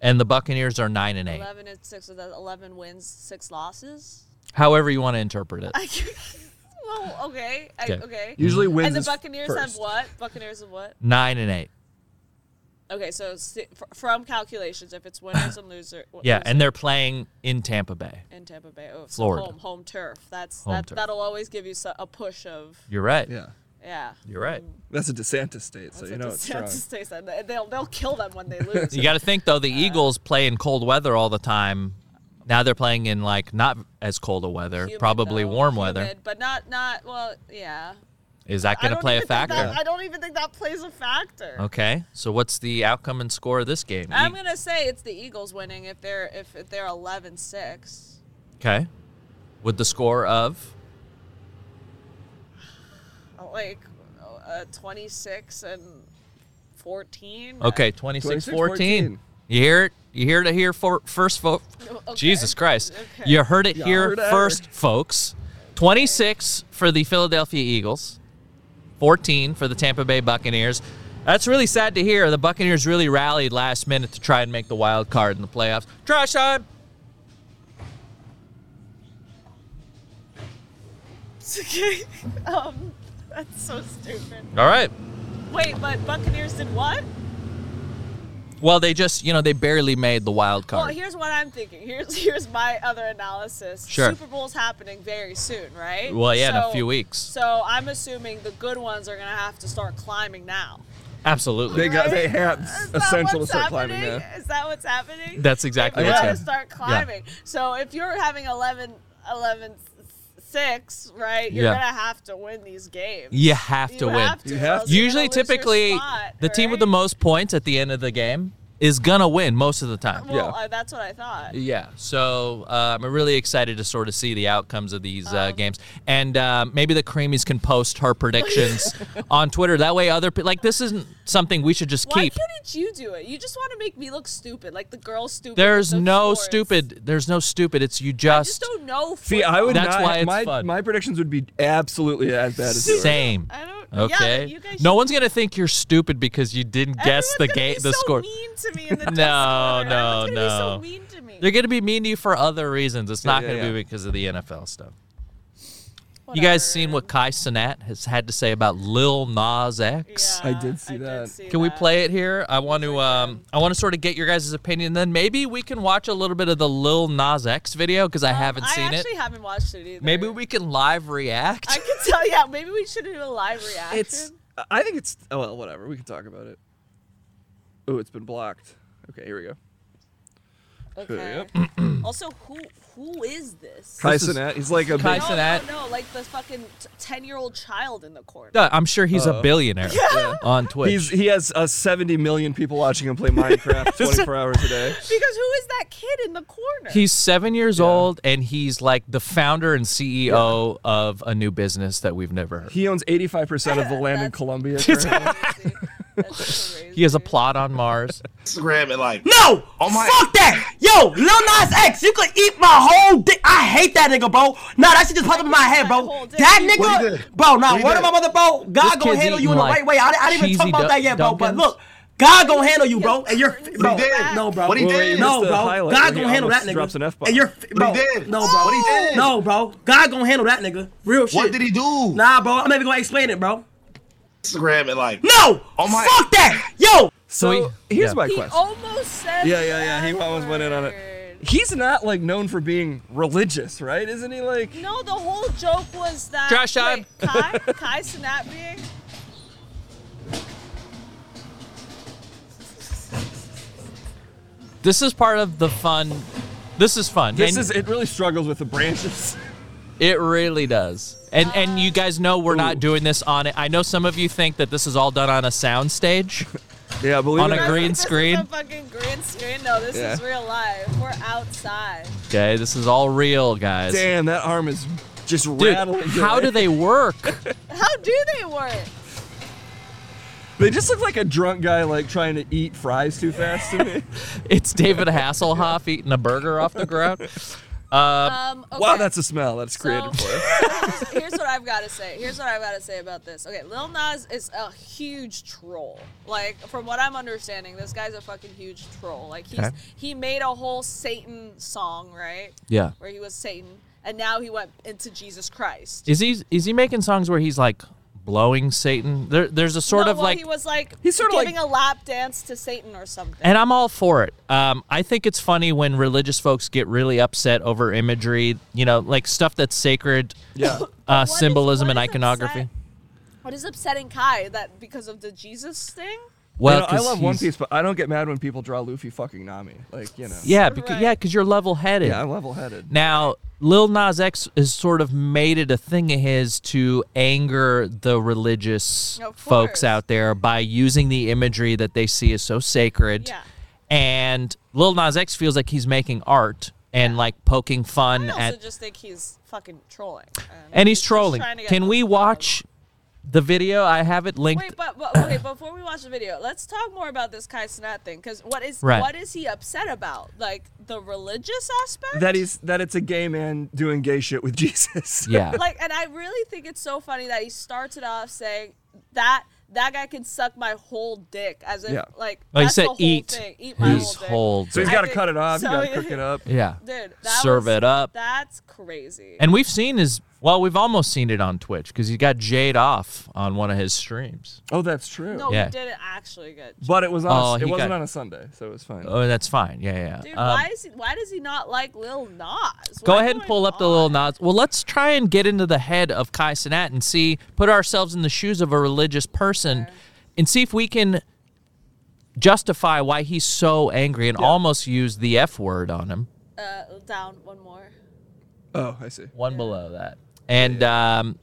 A: and the Buccaneers are 9 and 8.
B: Eleven and six with that eleven wins, six losses.
A: However you want to interpret it.
B: well, okay. I,
A: Okay.
B: okay.
D: Mm-hmm. Usually wins.
B: And the
D: is
B: Buccaneers
D: first.
B: have what? Buccaneers have what?
A: 9 and 8.
B: Okay, so s- fr- from calculations, if it's winners and loser, w-
A: <coughs> Yeah,
B: loser
A: and they're playing in Tampa Bay.
B: in Tampa Bay, oh, so
A: Florida.
B: home home turf. That's
A: Home
B: that,
A: turf.
B: that'll always give you so- a push of
A: You're right.
D: Yeah.
B: yeah.
A: You're right.
D: That's a DeSantis state,
B: That's
D: so
B: what
D: you know
B: the <laughs>
D: it's strong.
B: stats say, so they- They'll they'll kill them when they lose.
A: <laughs> You got to think though the
B: Uh,
A: Eagles play in cold weather all the time. Now they're playing in like not as cold a weather,
B: Humid,
A: probably
B: though.
A: warm weather.
B: Humid, but not not well. Yeah.
A: Is that
B: I
A: going to
B: don't
A: play a
B: even think that-
A: factor?
B: I don't even think that plays a factor.
A: Okay. So what's the outcome and score of this game?
B: I'm
A: E-
B: gonna say it's the Eagles winning if they're if, if they're 11-6.
A: okay. With the score of
B: like uh, 26 and 14.
A: Okay, 26 14.
D: 26-14.
A: You hear it? You hear it here for first fo-
B: Okay.
A: Jesus Christ.
B: Okay.
A: You heard it
D: You
A: here
D: heard it.
A: first, folks. 26 for the Philadelphia Eagles, 14 for the Tampa Bay Buccaneers. That's really sad to hear. The Buccaneers really rallied last minute to try and make the wild card in the playoffs. Trash time.
B: Okay. <laughs> um, that's so stupid.
A: All right.
B: Wait, but Buccaneers did what?
A: Well, they just, you know, they barely made the wild
B: Well,
A: card.
B: here's what I'm thinking. Here's here's my other analysis.
A: Sure.
B: Super Bowl's happening very soon, right?
A: Well, yeah, in a few weeks.
B: So I'm assuming the good ones are gonna have to start climbing now.
A: Absolutely.
D: They got they have
B: Is that
D: essential to
B: what's
D: start
B: happening?
D: climbing now.
B: Is that what's happening?
A: That's exactly
B: They've
A: what's
B: gotta
A: happening.
B: start climbing. So if you're having 11, 11, 6 six, right? You're
A: Yeah.
B: gonna have to win these games.
A: You have to
B: You
A: win.
B: have to,
D: You
B: or
D: have
B: else
D: to.
B: you're
A: Usually,
B: gonna lose your
A: typically,
B: spot,
A: the team with the
B: right?
A: most points at the end of the game is gonna win most of the time.
B: Well,
D: Yeah.
B: uh, that's what I thought.
A: Yeah, so uh, I'm really excited to sort of see the outcomes of these
B: Um,
A: uh, games, and uh, maybe the Creamies can post her
B: <laughs>
A: predictions <laughs> on Twitter. That way, other pe- like this isn't something we should just
B: Why
A: keep.
B: couldn't you do it? You just want to make me look stupid, like the girl stupid.
A: There's
B: with the
A: no
B: swords.
A: stupid. There's no stupid. It's you
B: I
A: just,
B: just don't know.
D: See, I would
A: That's
D: not.
A: why it's
D: my,
A: fun.
D: my predictions would be absolutely as bad as yours.
A: same.
B: I don't- yeah,
A: Okay.
B: you guys
A: no
B: should-
A: one's gonna think you're stupid because you didn't guess the game, the
B: so
A: score.
B: Mean to me in
A: <laughs>
B: the
A: No,
B: Discord.
A: no,
B: Everyone's gonna
A: no.
B: Be so mean to me.
A: They're gonna be mean to you for other reasons. It's not
D: yeah,
A: gonna be
D: yeah.
A: because of the NFL stuff. You guys seen what Kai Sinat has had to say about Lil Nas X?
D: I did see that.
A: Can we play it here? I want to um I want to sort of get your guys' opinion. Then maybe we can watch a little bit of the Lil Nas X video because I haven't
B: Um, I
A: seen it.
B: actually haven't watched it either.
A: Maybe we can live react.
B: I can tell. Yeah, maybe we should do a live reaction.
D: It's. I think it's. Oh well, whatever. We can talk about it. Oh, it's been blocked. Okay, here we go.
B: okay.
A: <clears throat>
B: also, who who is this?
D: Kai
A: This is-
D: Cenat, uh, he's like a
A: Kai
D: big,
B: no,
A: Sinat.
B: no, no, like the fucking ten-year-old child in the corner.
A: No, <laughs> I'm sure he's a billionaire <laughs> on Twitch.
D: he's he has uh, 70 million people watching <laughs> him play Minecraft 24 hours a day.
B: <laughs> Because who is that kid in the corner?
A: He's seven years old, and he's like the founder and CEO of a new business that we've never heard. He,
D: He owns 85%
B: <laughs>
D: of the land in Colombia. currently.
B: Crazy.
A: <laughs>
B: That's crazy.
A: has a plot on
D: <laughs>
A: Mars.
F: Instagram and like
G: No!
F: Oh my-
G: Fuck that! Yo, Lil Nas X, you could eat my whole dick. I hate that nigga, bro. Nah, that shit just popped up in my head,
B: Whole
G: bro.
B: dick.
G: That
F: What he
G: nigga,
F: did?
G: bro. Nah,
F: What he
G: word of my
F: did?
G: mother, bro. God
A: This
G: gonna
A: kid's
G: handle you
A: eating,
G: in the
A: like,
G: right way. I, I didn't even talk
A: cheesy
G: about that
A: dun-
G: yet, bro. But
A: Dunkins.
G: look, God gonna handle you, bro. And you're, bro.
F: What he did?
G: No, bro.
F: What he
G: Well,
F: did?
G: No,
D: It's the
G: bro.
D: highlight
G: God
D: where he
G: gonna handle that
D: almost
G: nigga.
D: drops an F-bomb.
G: And you're, bro.
F: What he did?
G: No, bro.
F: What he did?
G: No, bro. God gonna handle that nigga. Real shit.
F: what did he do?
G: Nah, bro. I'm not even gonna explain it, bro.
F: Instagram and like
G: No!
F: Oh my-
G: Fuck that! Yo!
D: <laughs> So
A: we-
D: here's
A: yeah.
D: my
B: He
D: question.
B: almost said.
D: Yeah, yeah, yeah, he
B: that
D: almost went in on it.
B: word.
D: He's not like known for being religious, right? Isn't he like?
B: No, the whole joke was that.
A: Trash time. <laughs>
B: Wait, Kai, Kai Sinat being.
A: This is part of the fun. This is fun.
D: This
A: and
D: is it. Really struggles with the branches.
A: It really does. And and you guys know we're not
D: Ooh.
A: doing this on it. I know some of you think that this is all done on a sound
D: <laughs>
A: stage.
D: Yeah, believe
A: On
D: it.
A: a
D: or
A: green
D: not-
B: This is
A: screen?
B: a fucking green screen. No, this
D: Yeah.
B: is real life. We're outside.
A: Okay, this is all real, guys.
D: Damn, that arm is just
A: Dude,
D: rattling.
A: how
D: away.
A: do they work? <laughs>
B: How do they work?
D: They just look like a drunk guy like trying to eat fries too fast to me.
A: it's David Hasselhoff eating a burger off the
D: <laughs>
A: ground.
B: Um, okay.
D: <laughs> Wow, that's a smell. That's creative
B: So-
D: for
A: <laughs>
D: us.
B: here's, <laughs> here's what I've got to say. Here's what I've got to say about this. Okay, Lil Nas is a huge troll. Like from what I'm understanding, this guy's a fucking huge troll. Like he's
A: Okay.
B: he made a whole Satan song, right?
A: Yeah.
B: Where he was Satan, and now he went into Jesus Christ.
A: Is he is he making songs where he's like blowing Satan? There, there's a sort
B: No,
A: of
B: well,
A: like,
B: he was like
D: He's sorta
B: giving
D: like-
B: a lap dance to Satan or something.
A: and I'm all for it. Um, I think it's funny when religious folks get really upset over imagery, you know, like stuff that's sacred,
D: Yeah.
A: uh,
B: is-
A: symbolism
B: what
A: and
B: is
A: iconography.
B: upset- what is upsetting Kai that because of the Jesus thing?
A: Well,
D: You know, I
A: 'cause
D: love One
A: he's-
D: Piece, but I don't get mad when people draw Luffy fucking Nami. Like, you know.
A: Yeah, because yeah,
B: Right.
A: because you're level-headed.
D: Yeah, I'm level headed.
A: Now, Lil Nas X has sort of made it a thing of his to anger the religious
B: Of
A: folks
B: course.
A: out there by using the imagery that they see as so sacred.
B: Yeah.
A: And Lil Nas X feels like he's making art and like poking fun
B: I also
A: at
B: just think he's fucking trolling. And,
A: and he's
B: just
A: trolling.
B: trying to get
A: Can we
B: votes out of
A: watch the video? I have it linked.
B: Wait, but, but okay, before we watch the video, let's talk more about this Kai Sinat thing. Because what is
A: Right.
B: what is he upset about? Like the religious aspect?
D: That he's that it's a gay man doing gay shit with <laughs> Jesus.
A: yeah.
B: <laughs> like, and I really think it's so funny that he started off saying that that guy can suck my whole dick, as if
D: Yeah.
B: like
A: Well, he
B: that's the
A: said
B: whole
A: eat
B: thing. eat my
A: his
B: whole dick.
A: whole
D: So he's
A: dick.
D: got
B: I
D: to
B: think
D: cut it
B: <laughs>
D: off.
B: so,
D: you got to
B: yeah.
D: cook it up.
A: yeah.
B: Dude, that
A: Serve
B: was-
A: it up.
B: That's crazy.
A: And we've seen his well, we've almost seen it on Twitch because he got Jade off on one of his streams.
D: Oh, that's true.
B: no,
A: Yeah.
B: he didn't actually get.
D: But it was on.
A: Oh,
D: a,
A: he
D: it wasn't
A: got-
D: on a Sunday, so it was fine.
A: Oh, that's fine. Yeah, yeah.
B: Dude,
A: Um,
B: why is he, why does he not like Lil Nas? What's
A: go ahead and
B: going
A: pull up the
B: on?
A: little nods. Well, let's try and get into the head of Kai Sinat and see, put ourselves in the shoes of a religious person, and see if we can justify why he's so angry and almost used the F word on him.
B: Uh, down one more.
D: Oh, I see.
A: One below that. And um,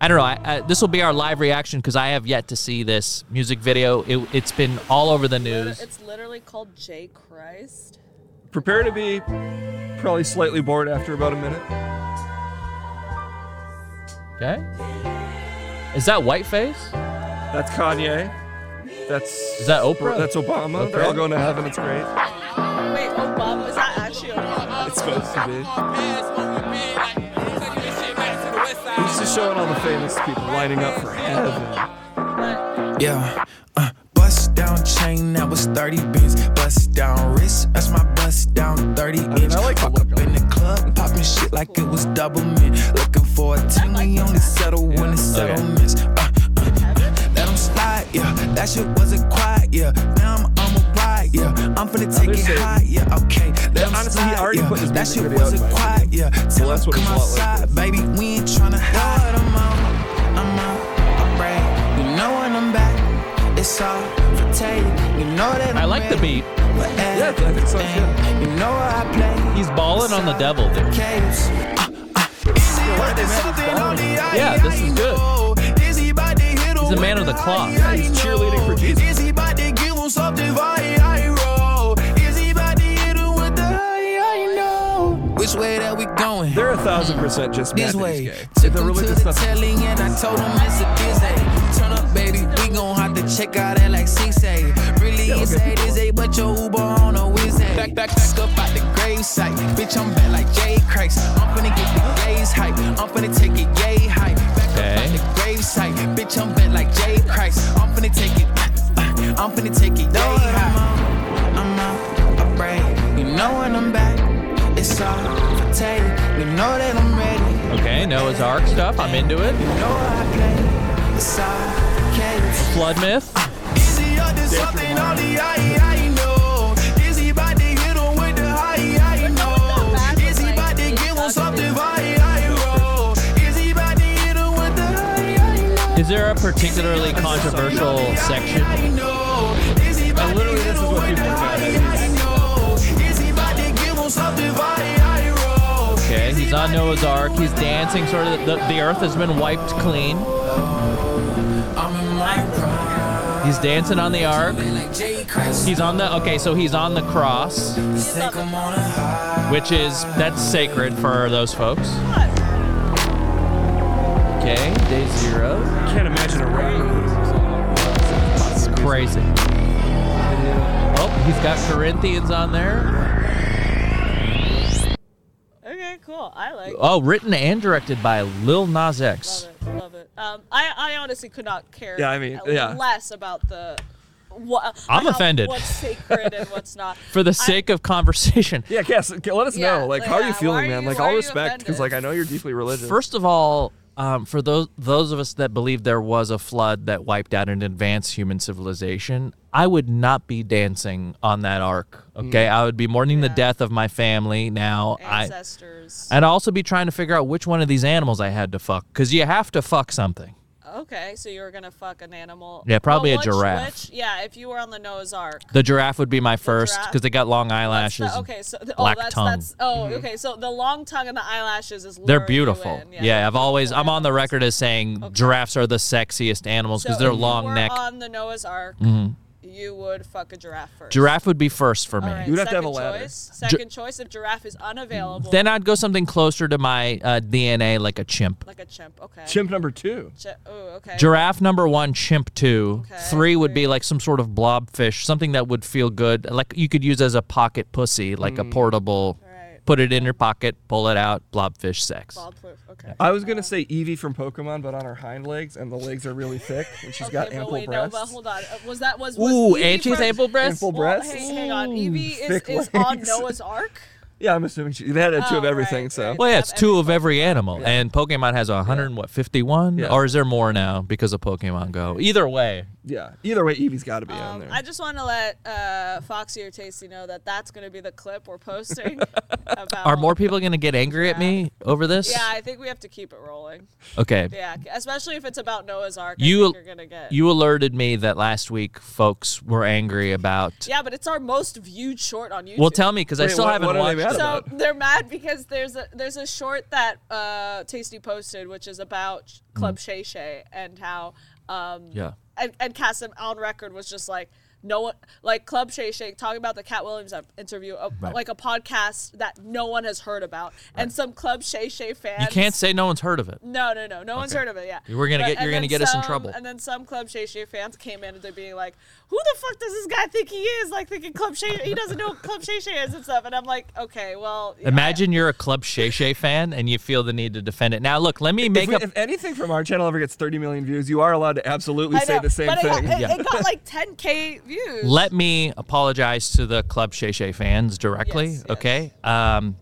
A: I don't know. I, I, this will be our live reaction because I have yet to see this music video. It, it's been all over the news.
B: It's literally called J Christ.
D: Prepare to be probably slightly bored after about a minute.
A: Okay. Is that Whiteface?
D: That's Kanye. That's
A: Is that Oprah?
D: That's Obama. They're
A: Okay.
D: all going to heaven. It's great.
B: Wait, Obama? Is that actually Obama?
D: It's supposed to be. He's just showing all the famous people lining up for heaven.
H: Yeah. Uh, bust down chain, that was 30 bins. Bust down wrist, that's my bust down 30 inch.
D: I like the
H: Walk
D: look
H: up
D: of
H: in the club, popping shit like it was double mint. Looking for a team, we only settle when it's
A: Okay.
H: settlements. Uh, uh, uh, let 'em slide, yeah. That shit wasn't quiet, yeah. Now I'm on a ride, yeah. I'm finna take
D: they're
H: it
D: saying-
H: high, yeah. Okay, let 'em
D: honestly, he
H: slide,
D: already
H: yeah.
D: put this
H: That
D: music
H: shit
D: video out, in
H: wasn't
D: my
H: quiet, yeah. Tell
D: last
H: him
D: one
H: come
D: was a lot like
H: outside,
D: this.
H: baby. We ain't tryna hide. I'm out, I'm out, I'm brave. You know when I'm back, it's all for tape. You know that
A: I
H: I'm
A: like the
H: ready
A: beat.
H: for
D: I think so, too.
H: everything. You know where I play.
A: He's balling on the devil, dude.
H: Caves. Uh, uh. Is he worth it? Something on the eye,
A: Yeah, this is good.
H: know. Is he about to hit
A: He's a man
H: with
A: of the cloth.
H: eye,
A: Yeah,
D: he's
H: I
D: cheerleading for
H: know.
D: Jesus.
H: Is he about to give him something via I roll? Is he about to hit him with the high, I know? Which way that we going?
D: They're a thousand percent just mad
H: this
D: that
H: way.
D: he's gay.
H: Took
D: The
H: him to
D: religious
H: the
D: stuff.
H: telly and I told him it's a Disney. Turn up, baby, we gon' have to check out at like 6 a. Really, it's 8 is 8, but your Uber on a Wednesday. Back, back, back up out the grave site. Bitch, I'm back like Jay Christ. I'm finna get the gays hype. I'm finna take it yay hype. Back up
A: Okay.
H: out the grave site. Bitch, I'm back like Jay Christ. I'm finna take it. uh, uh, I'm finna take it yay hype. I'm out, I brave. You know when I'm back, it's all for tape. You know that I'm ready.
A: Okay, Noah's Ark stuff. I'm into it.
H: Know I play, it's all case.
A: Flood myth.
H: Is he up to something on the eye? I know. Is he about to hit him with the high? I know. Is he about to give him something via I roll? Is he about to hit him with the high? I know.
A: Is there a particularly controversial section?
H: I know. Is he about to
D: literally,
H: hit
D: this is
H: him
D: what
H: with the
D: people are
H: high?
D: talking
H: I know. Is he about to give him something via I roll?
A: Okay, he's on Noah's Ark. He's dancing, sort of. The, the earth has been wiped clean.
H: I'm in my prime.
A: He's dancing on the ark.
H: Like Jay Christ.
A: He's on the okay, so he's on the cross,
H: Take him on a high.
A: which is that's sacred for those folks. Okay, day zero,
D: Can't imagine a rapper who's
A: crazy. Oh, he's got Corinthians on there.
B: Okay, cool. I like. it.
A: Oh, written and directed by Lil Nas X.
B: Love it. Love it. Um, I, I honestly could not care.
D: Yeah, I mean, yeah.
B: Less about the. What,
A: I'm
B: about
A: offended.
B: What's sacred and what's not.
A: <laughs> For the sake of
B: <laughs>
A: conversation,
D: Yeah, Cass, c- let us
B: Yeah,
D: know. Like,
B: like,
D: how are
B: yeah,
D: you
B: why
D: feeling,
B: are
D: man?
B: you-
D: Like,
B: why are
D: all
B: you
D: respect, because like I know you're deeply religious.
A: First of all, um, for those those of us that believe there was a flood that wiped out an advanced human civilization, I would not be dancing on that ark.
B: Mm.
A: Okay, I would be mourning the death of my family. Now, I
B: ancestors.
A: I'd also be trying to figure out which one of these animals I had to fuck because you have to fuck something.
B: okay, so you were gonna fuck an animal.
A: Yeah, probably
B: Well,
A: a
B: which-
A: giraffe.
B: which- yeah, if you were on the Noah's Ark.
A: The giraffe would be my first
B: giraffe?
A: because they got long
B: That's the-
A: eyelashes.
B: okay, so the,
A: black
B: oh, that's,
A: tongue.
B: That's, oh,
D: Mm-hmm.
B: okay. So the long tongue and the eyelashes is.
A: They're
B: luring you
A: beautiful.
B: in,
A: Yeah, I've always I'm on the record as saying giraffes are the sexiest animals because
B: So
A: they're
B: if you were
A: long neck. Mm-hmm.
B: On the Noah's Ark, you would fuck a giraffe first.
A: Giraffe would be first for me.
B: All right,
D: You would have to have a
B: second
D: ladder.
B: Choice. Second choice if giraffe is unavailable.
A: Then I'd go something closer to my uh, DNA, like a chimp.
B: like a chimp. Okay.
D: chimp number two.
B: Chi- ooh, okay.
A: Giraffe number one, chimp two.
B: Okay,
A: three would be like some sort of blobfish, something that would feel good, like you could use as a pocket pussy, like a portable.
B: Right.
A: Put it in your pocket, pull it out, blobfish sex.
B: Bald poof, Okay.
D: I was gonna say Evie from Pokemon, but on her hind legs, and the legs are really thick, and she's
B: okay,
D: got
B: but
D: ample
B: wait,
D: breasts.
B: No, but hold on. Uh, Was that was? was
A: Ooh,
B: Evie
A: and she's
B: from-
A: able breasts.
D: Ample
B: Well,
D: breasts.
B: Hang, hang on.
A: Ooh,
B: Evie is,
D: thick
B: is on
D: legs.
B: Noah's Ark.
D: Yeah, I'm assuming she, they had a two of
B: Oh,
D: everything.
B: right,
D: so
B: right.
A: Well, yeah,
B: Have
A: it's two of every animal, and Pokemon has a hundred and what fifty one,
D: Yeah.
A: or is there more now because of Pokemon Go? Either way,
D: Yeah. Either way, Evie's got to be on
B: Um,
D: there.
B: I just want to let uh, Foxy or Tasty know that that's going to be the clip we're
A: <laughs>
B: posting about.
A: Are more people going to get angry at me over this?
B: Yeah, I think we have to keep it rolling.
A: Okay.
B: Yeah, especially if it's about Noah's Ark. I
A: You
B: think you're gonna get.
A: you alerted me that last week folks were angry about.
B: yeah, but it's our most viewed short on YouTube.
A: Well, tell me because I
D: Wait,
A: still
D: what-
A: haven't
D: what are they
A: watched.
D: mad
A: it.
B: So
D: about it.
B: they're mad because there's a there's a short that uh, Tasty posted, which is about Club
A: Mm.
B: Shay Shay and how um,
A: Yeah.
B: and and Kasim on record was just like no one like Club Shay Shay talking about the Cat Williams up- interview, a,
A: Right.
B: like a podcast that no one has heard about, and some Club Shay Shay fans.
A: You can't say no one's heard of it.
B: No, no, no. No one's heard of it yet.
A: We're gonna get-
B: and
A: you're gonna
B: then
A: get us in
B: some-
A: trouble.
B: And then some Club Shay Shay fans came in and they're being like, "Who the fuck does this guy think he is? Like thinking Club Shay, he doesn't know what Club Shay Shay is and stuff." And I'm like, okay, well, yeah,
A: Imagine you're a Club Shay Shay fan and you feel the need to defend it. Now, look, let me
D: if,
A: make
D: we-
A: up.
D: if anything from our channel ever gets 30 million views, you are allowed to absolutely
B: I
D: say
B: know,
D: the same
B: but it
D: thing.
A: <laughs>
B: Got, it, it got like 10k views.
A: Let me apologize to the Club Shay Shay fans directly,
B: Yes, yes.
A: okay? Um,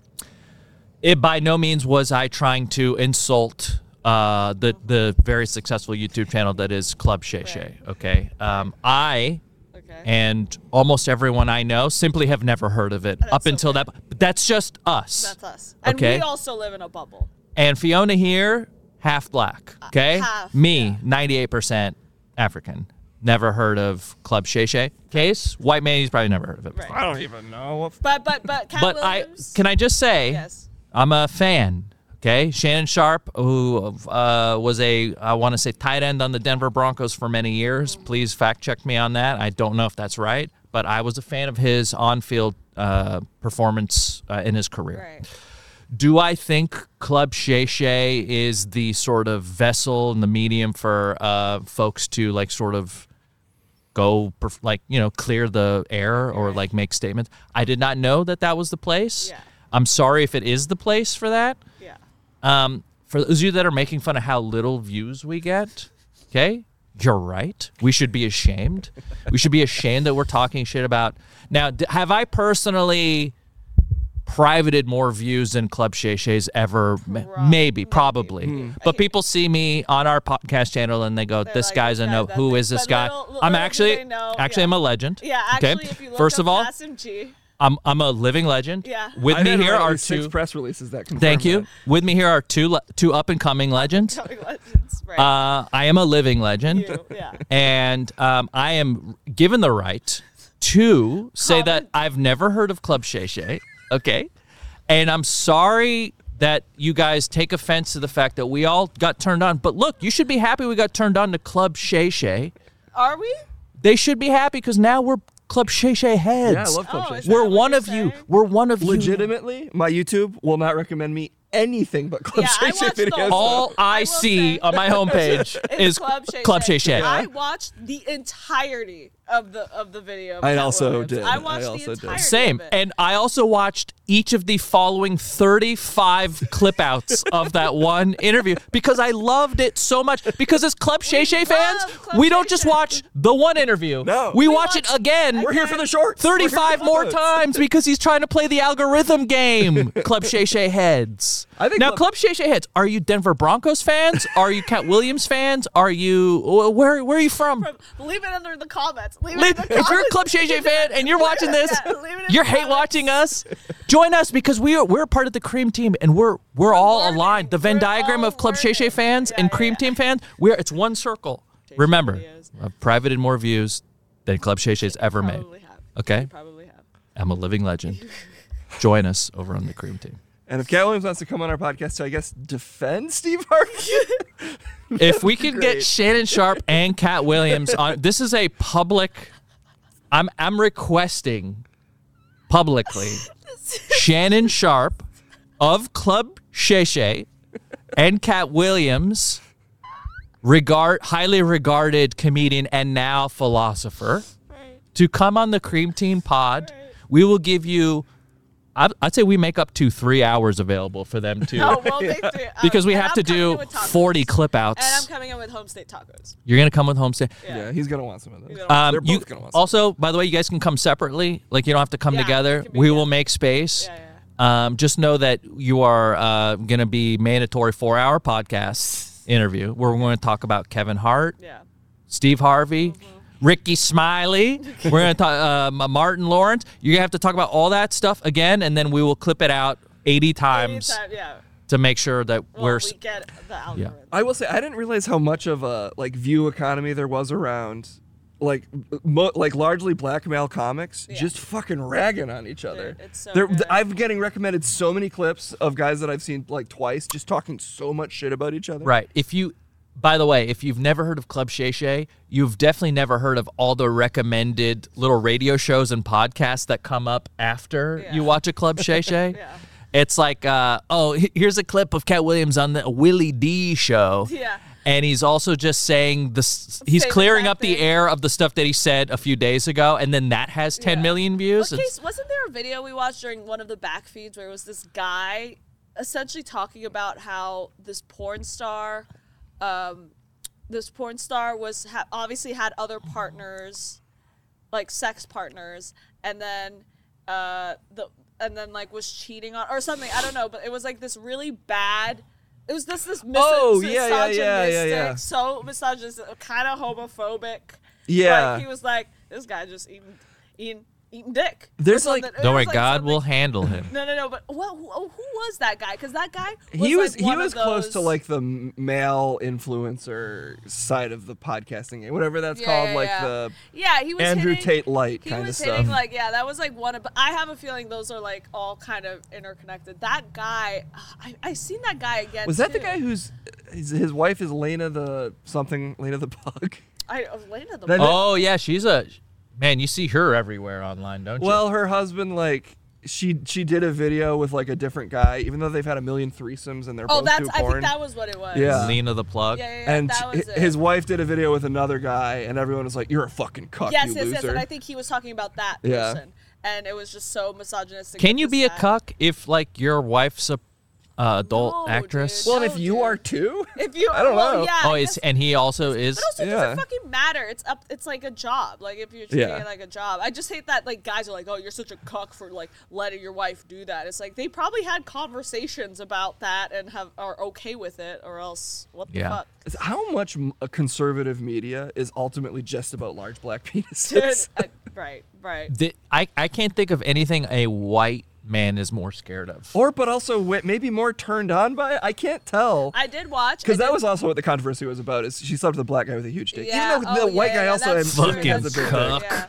A: it by no means was I trying to insult uh, the the very successful YouTube channel that is Club Shay Shay, okay? Um, I
B: okay.
A: and almost everyone I know simply have never heard of it up
B: That's
A: until
B: okay.
A: that. But that's just us.
B: that's us. And
A: okay.
B: we also live in a bubble.
A: And Fiona here, half black. Okay.
B: Uh, half,
A: Me, ninety-eight percent African. Never heard of Club Shay Shay. Case, white man, he's probably never heard of it. before.
B: Right.
D: don't even know.
B: But but but Cat
A: But
B: Williams.
A: I can I just say,
B: Yes.
A: I'm a fan. Okay, Shannon Sharp, who uh, was a I want to say tight end on the Denver Broncos for many years.
B: Mm-hmm.
A: Please fact check me on that. I don't know if that's right, but I was a fan of his on-field uh, performance uh, in his career.
B: Right.
A: Do I think Club Shay Shay is the sort of vessel and the medium for uh, folks to like sort of go perf- like you know clear the air or like make statements? I did not know that that was the place.
B: Yeah.
A: I'm sorry if it is the place for that.
B: Yeah.
A: Um, for those of you that are making fun of how little views we get, okay, you're right. We should be ashamed. we should be ashamed that we're talking shit about. Now, d- have I personally privated more views than Club Shay Shay's ever? M- maybe, probably.
B: Hmm.
A: But people see me on our podcast channel and they go, "This
B: like,
A: guy's
B: this
A: a
B: guy
A: no.
B: does
A: Who
B: it."
A: is this
B: But
A: guy?
B: little- little
A: I'm
B: do
A: actually,
B: they know,
A: actually,
B: yeah.
A: I'm a legend.
B: Yeah. Actually,
A: okay.
B: if you look
A: First
B: up
A: of all,
B: Kasim G. <laughs>
A: I'm I'm a living legend.
B: Yeah.
A: With
D: I've
A: me
D: had
A: here
D: around
A: are
D: six
A: two.
D: press releases that confirm
A: Thank you.
D: that.
A: With me here are two le- two up and coming
B: <laughs>
A: legends.
B: Legends, right.
A: Uh, I am a living legend,
B: You, yeah.
A: and um, I am given the right to say that
B: Comment.
A: I've never heard of Club Shay Shay. Okay, and I'm sorry that you guys take offense to the fact that we all got turned on. But look, you should be happy we got turned on to Club Shay Shay.
B: Are we?
A: They should be happy because now we're Club Shay Shay heads.
D: Yeah, I love Club
B: Oh,
D: Shay
B: is
D: Shay.
B: that
A: We're
B: what
A: one
B: you're
A: of you.
B: saying?
A: We're one of you.
D: Legitimately, my YouTube will not recommend me anything but Club
B: Yeah, I
D: Shay Shay
B: watched the
D: videos.
B: whole-
A: <laughs> All I,
B: <laughs> I will
A: see
B: say-
A: on my
B: <laughs>
A: homepage
B: It's
A: is
B: Club Shay
A: Club Shay Shay.
B: I watched the entirety of the of the video. of
D: I
B: Cat
D: also
B: Williams.
D: did.
B: I
D: I
B: watched
D: also
B: the
D: did.
B: entirety. of
A: Same.
B: it.
A: And I also watched each of the following
B: <laughs>
A: 35 clip outs of that one interview because I loved it so much. Because as Club Shay Shay fans,
B: love Club
A: we don't
B: Shay
A: just
B: Shay.
A: watch the one interview.
D: No.
A: We,
D: We
A: watch, it
B: watch-
A: again.
D: We're here for the shorts. We're here for
A: 35
D: the
A: more
D: photos.
A: times because he's trying to play the algorithm
D: <laughs>
A: game. Club Shay Shay heads.
D: I think
A: now,
D: Club-
A: Club Shay Shay heads, are you Denver Broncos fans? Are you Cat Williams fans? Are you, wh- where, where are you from?
B: Leave it under the comments. Leave
A: Leave-
B: it. In the
A: if you're a
B: comments.
A: Club Shay
B: <laughs>
A: Shay fan and you're watching this,
B: Yeah, leave it in
A: you're
B: the
A: hate
B: comments.
A: watching us. Join us because we are we're part of the Cream Team and we're we're all
B: learning.
A: aligned. The Venn
B: We're
A: diagram
B: all
A: of Club Shay Shay
B: learning.
A: fans and
B: Yeah,
A: Cream
B: yeah.
A: Team fans, we're it's one circle. Remember,
B: videos.
A: I've privated more views than Club Shay Shay's ever made.
B: Probably have.
A: Okay,
B: Probably have.
A: I'm a living legend. Join us over on the Cream Team.
D: And if Cat Williams wants to come on our podcast to, I guess, defend Steve Harvey, <laughs>
A: if we can get Shannon Sharp and Cat Williams on this is a public I'm I'm requesting publicly Shannon Sharp of Club Shay Shay and Cat Williams regard highly regarded comedian and now philosopher to come on the cream team pod we will give you I'd I'd say we make up to three hours available for them to
B: <laughs> Oh,
D: <laughs>
B: we'll make three. Um,
A: because we
B: and
A: have to
B: I'm coming in
A: do
B: with tacos.
A: 40 clip
B: And I'm
A: outs.
B: coming in with home state tacos.
A: You're going to come with homestay.
D: yeah, he's gonna want some of
B: He's
D: this.
B: gonna want
A: Um,
D: They're both
A: you,
D: gonna want some.
A: also, by the way, you guys can come separately. Like, you don't have to come
B: Yeah,
A: together.
B: it can be-
A: We
B: yeah.
A: will make space.
B: Yeah, yeah.
A: Um, just know that you are uh, going to be mandatory four hour podcast interview where we're going to talk about Kevin Hart,
B: Yeah. Mm-hmm.
A: Steve Harvey, Ricky
B: <laughs>
A: Smiley. We're going to talk uh, M- Martin Lawrence. You're going to have to talk about all that stuff again, and then we will clip it out 80 times
B: Anytime, yeah.
A: to make sure that
B: Well,
A: we're. s-
B: we get the algorithm.
D: I will say I didn't realize how much of a like view economy there was around like mo- like largely black male comics just fucking ragging on each other.
B: Dude, it's so
D: There-
B: good.
D: I'm getting recommended so many clips of guys that I've seen like twice just talking so much shit about each other.
A: Right. If you, by the way, if you've never heard of Club Shay Shay, you've definitely never heard of all the recommended little radio shows and podcasts that come up after you watch a Club
B: <laughs>
A: Shay Shay. It's like, uh, oh, he- here's a clip of Cat Williams on the Willie D show.
B: Yeah.
A: And he's also just saying this. He's
B: Same
A: clearing
B: exact
A: up the
B: thing.
A: air of the stuff that he said a few days ago, and then that has 10
B: Yeah.
A: million views.
B: What
A: It's-
B: case- wasn't there a video we watched during one of the back feeds where it was this guy essentially talking about how this porn star, um, this porn star was ha- obviously had other partners, like sex partners, and then uh, the and then like was cheating on or something. I don't know, but it was like this really bad. It was this this mis-
D: Oh,
B: mis-
D: yeah, yeah, yeah, yeah,
B: misogynistic,
D: yeah.
B: so misogynistic, kind of homophobic.
D: Yeah.
B: Like, he was like, this guy just eating, eating, eating dick.
D: There's,
B: Or something.
D: like-
B: It
A: Don't
B: was,
A: worry,
B: like,
A: oh God
B: something-
A: will handle
B: <laughs>
A: him.
B: No, no, no. But what? Who, oh, who was that guy? Because that guy was
D: he was
B: like, one
D: he was
B: of
D: close to
B: those-
D: like the m- male influencer side of the podcasting game, whatever that's
B: Yeah,
D: called,
B: yeah,
D: like
B: yeah.
D: the
B: yeah. He was
D: Andrew
B: hitting,
D: Tate light
B: He
D: kind of
B: was
D: stuff.
B: hitting like yeah. That was like one of. I have a feeling those are like all kind of interconnected. That guy, I I seen that guy again.
D: was that the
B: too.
D: guy who's his, his wife is Lena the something Lena the bug? <laughs>
B: I Elena the.
D: That-
A: Oh, yeah. She's a. Man, you see her everywhere online, don't you?
D: Well, her husband like she she did a video with like a different guy, even though they've had a million threesomes and they're
B: oh,
D: both
B: that's.
D: too
B: I think
D: porn.
B: that was what it was.
D: Yeah.
A: Lena the plug.
B: Yeah, yeah, yeah,
D: and
B: that
D: she-
B: was
D: hi-
B: it.
D: his wife did a video with another guy, and everyone was like, "You're a fucking cuck,
B: Yes,
D: you
B: yes,
D: loser."
B: yes. And I think he was talking about that
D: Yeah.
B: person, and it was just so misogynistic.
A: Can
B: of
A: you
B: this
A: be a
B: guy.
A: cuck if like your wife's a uh, adult
B: No,
A: actress?
B: dude.
D: well, and if
B: No,
D: you
B: dude.
D: are too, <laughs>
B: If you,
D: I don't
B: well,
D: know.
B: Yeah,
A: oh,
B: I
A: is
B: guess-
A: and he also is.
B: But also, it
D: Yeah.
B: doesn't fucking matter. It's up. It's like a job. Like if you're
D: Yeah.
B: treating it like a job, I just hate that. Like guys are like, "Oh, you're such a cuck for like letting your wife do that." It's like they probably had conversations about that and have are okay with it, or else what the
A: Yeah.
B: fuck?
D: how much m- a conservative media is ultimately just about large black
B: <laughs>
D: <laughs>
B: Dude,
D: penises?
B: I- right, right.
A: The- I I can't think of anything a white man is more scared of.
D: Or, but also, wi- maybe more turned on by it. I can't tell.
B: I did
D: <laughs>
B: watch I
D: Because that
B: did-
D: was also what the controversy was about. Is she slept with a black guy with a huge dick?
B: yeah.
D: Even though
B: oh,
D: the white
B: yeah,
D: guy
B: yeah,
D: also
B: that's
D: I'm
B: true,
A: Fucking
B: that's
D: has a
B: true,
D: big
A: cuck.
D: dick.
B: Yeah.
D: Yeah.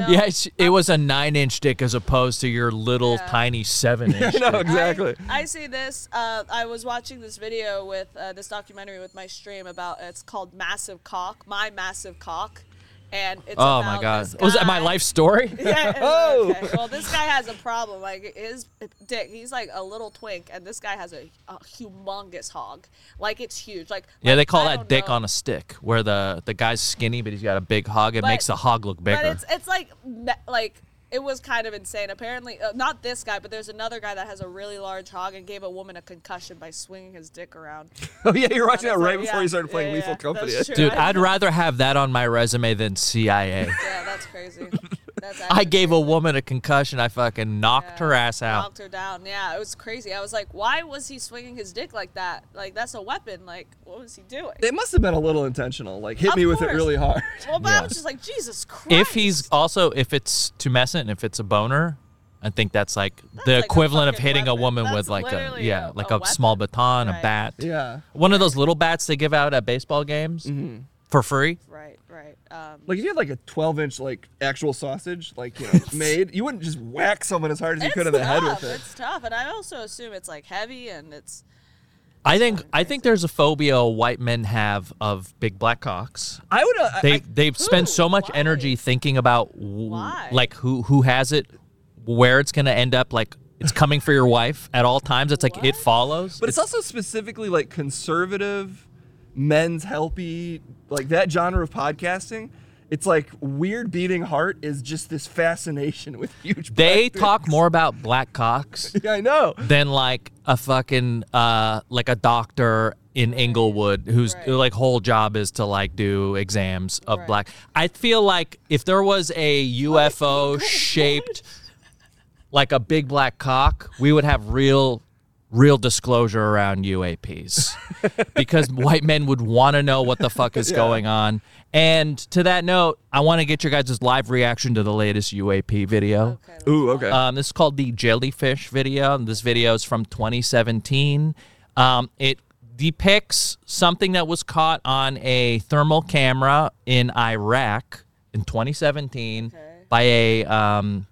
D: <laughs>
A: <laughs>
B: No.
A: yeah, it's, it was a nine inch dick as opposed to your little tiny seven
B: <laughs>
A: inch.
D: no, exactly.
B: I, I see this. Uh, I was watching this video with uh, this documentary with my stream about. uh, It's called Massive Cock. My massive cock, and it's
A: oh
B: about
A: my god,
B: this
A: was that my
B: guy-
A: life story?
B: <laughs>
A: <laughs>
B: Yeah.
D: Oh.
B: okay. Well, this guy has a problem. Like his dick, he's like a little twink, and this guy has a, a humongous hog. Like it's huge. Like
A: yeah, they call
B: I
A: that
B: don't
A: dick
B: know.
A: on a stick, where the the guy's skinny but he's got a big hog. It
B: But-
A: makes the hog look bigger.
B: But it's it's like me- like it was kind of insane. Apparently, uh, not this guy, but there's another guy that has a really large hog and gave a woman a concussion by swinging his dick around.
D: <laughs> Oh yeah, you're watching
B: It's
D: that
B: like,
D: right before
B: yeah,
D: you started playing
B: yeah,
D: Lethal
B: yeah,
D: Company.
B: that's true.
A: Dude,
B: I-
A: I'd rather have that on my resume than CIA.
B: Yeah, that's crazy. That's
A: I
B: actually <laughs>
A: gave a
B: crazy.
A: woman a concussion. I fucking knocked her ass out.
B: Knocked her down. Yeah, it was crazy. I was like, why was he swinging his dick like that? Like that's a weapon. Like what was he doing?
D: It must have been a little intentional. Like hit
B: Of
D: me with it
B: course.
D: really hard.
B: <laughs>
D: <laughs>
B: Well, but
A: Yeah.
B: I was just like, Jesus Christ.
A: if he's also if it's tumescent and if it's a boner i think that's like the
B: like a
A: equivalent of
B: fucking
A: hitting a
B: weapon.
A: woman
B: That's
A: with like a
B: literally
A: yeah
B: a-
A: like a,
B: a weapon.
A: small baton a
B: Right.
A: bat
D: Yeah.
A: one of those little bats they give out at baseball games for free
B: right, right. Um,
D: Like if you had like a 12 inch like actual sausage like you know made, you wouldn't just whack someone as hard as <laughs> you
B: it's
D: could in the
B: tough.
D: head with it.
B: It's tough, and I also assume it's like heavy and it's
A: i think i think there's a phobia white men have of big black cocks
D: I would. Uh, I-
A: they
D: I-
A: they spend so much
B: Why?
A: energy thinking about w-
B: Why?
A: like who who has it where it's going to end up like it's coming for your wife at all times it's like it follows
D: but it's also specifically like conservative, men's helpy, like that genre of podcasting. It's like weird beating heart is just this fascination with <laughs> huge.
A: they
D: black
A: talk more about black cocks
D: dicks. Yeah, I know.
A: than like a fucking uh like a doctor in Inglewood whose
B: Right.
A: like whole job is to like do exams of black. I feel like if there was a UFO shaped like a big black cock, we would have real real disclosure around UAPs because white men would want to know what the fuck is going on. And to that note, I want to get your guys' live reaction to the latest UAP video.
D: Ooh, okay.
A: Um, this is called the jellyfish video. and This video is from 2017. Um, it depicts something that was caught on a thermal camera in Iraq in 2017 by a um,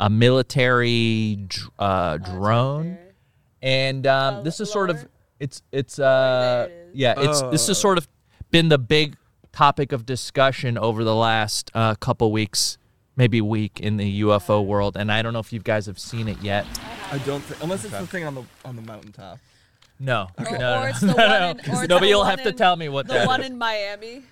A: a military dr- uh, drone, and um, this is sort of it's
B: Oh,
A: it's uh yeah it's this has sort of been the big topic of discussion over the last uh, couple weeks maybe week in the UFO world, and I don't know if you guys have seen it yet.
D: I don't think unless it's the thing on the on the mountaintop.
A: No,
B: Or,
A: no,
B: or
A: no,
B: it's
A: <laughs> no,
B: the one in,
A: no.
B: or it's
A: no
B: the
A: but you'll
B: one
A: have to
B: in-
A: tell me what
B: the
A: that
B: one
A: is.
B: in Miami.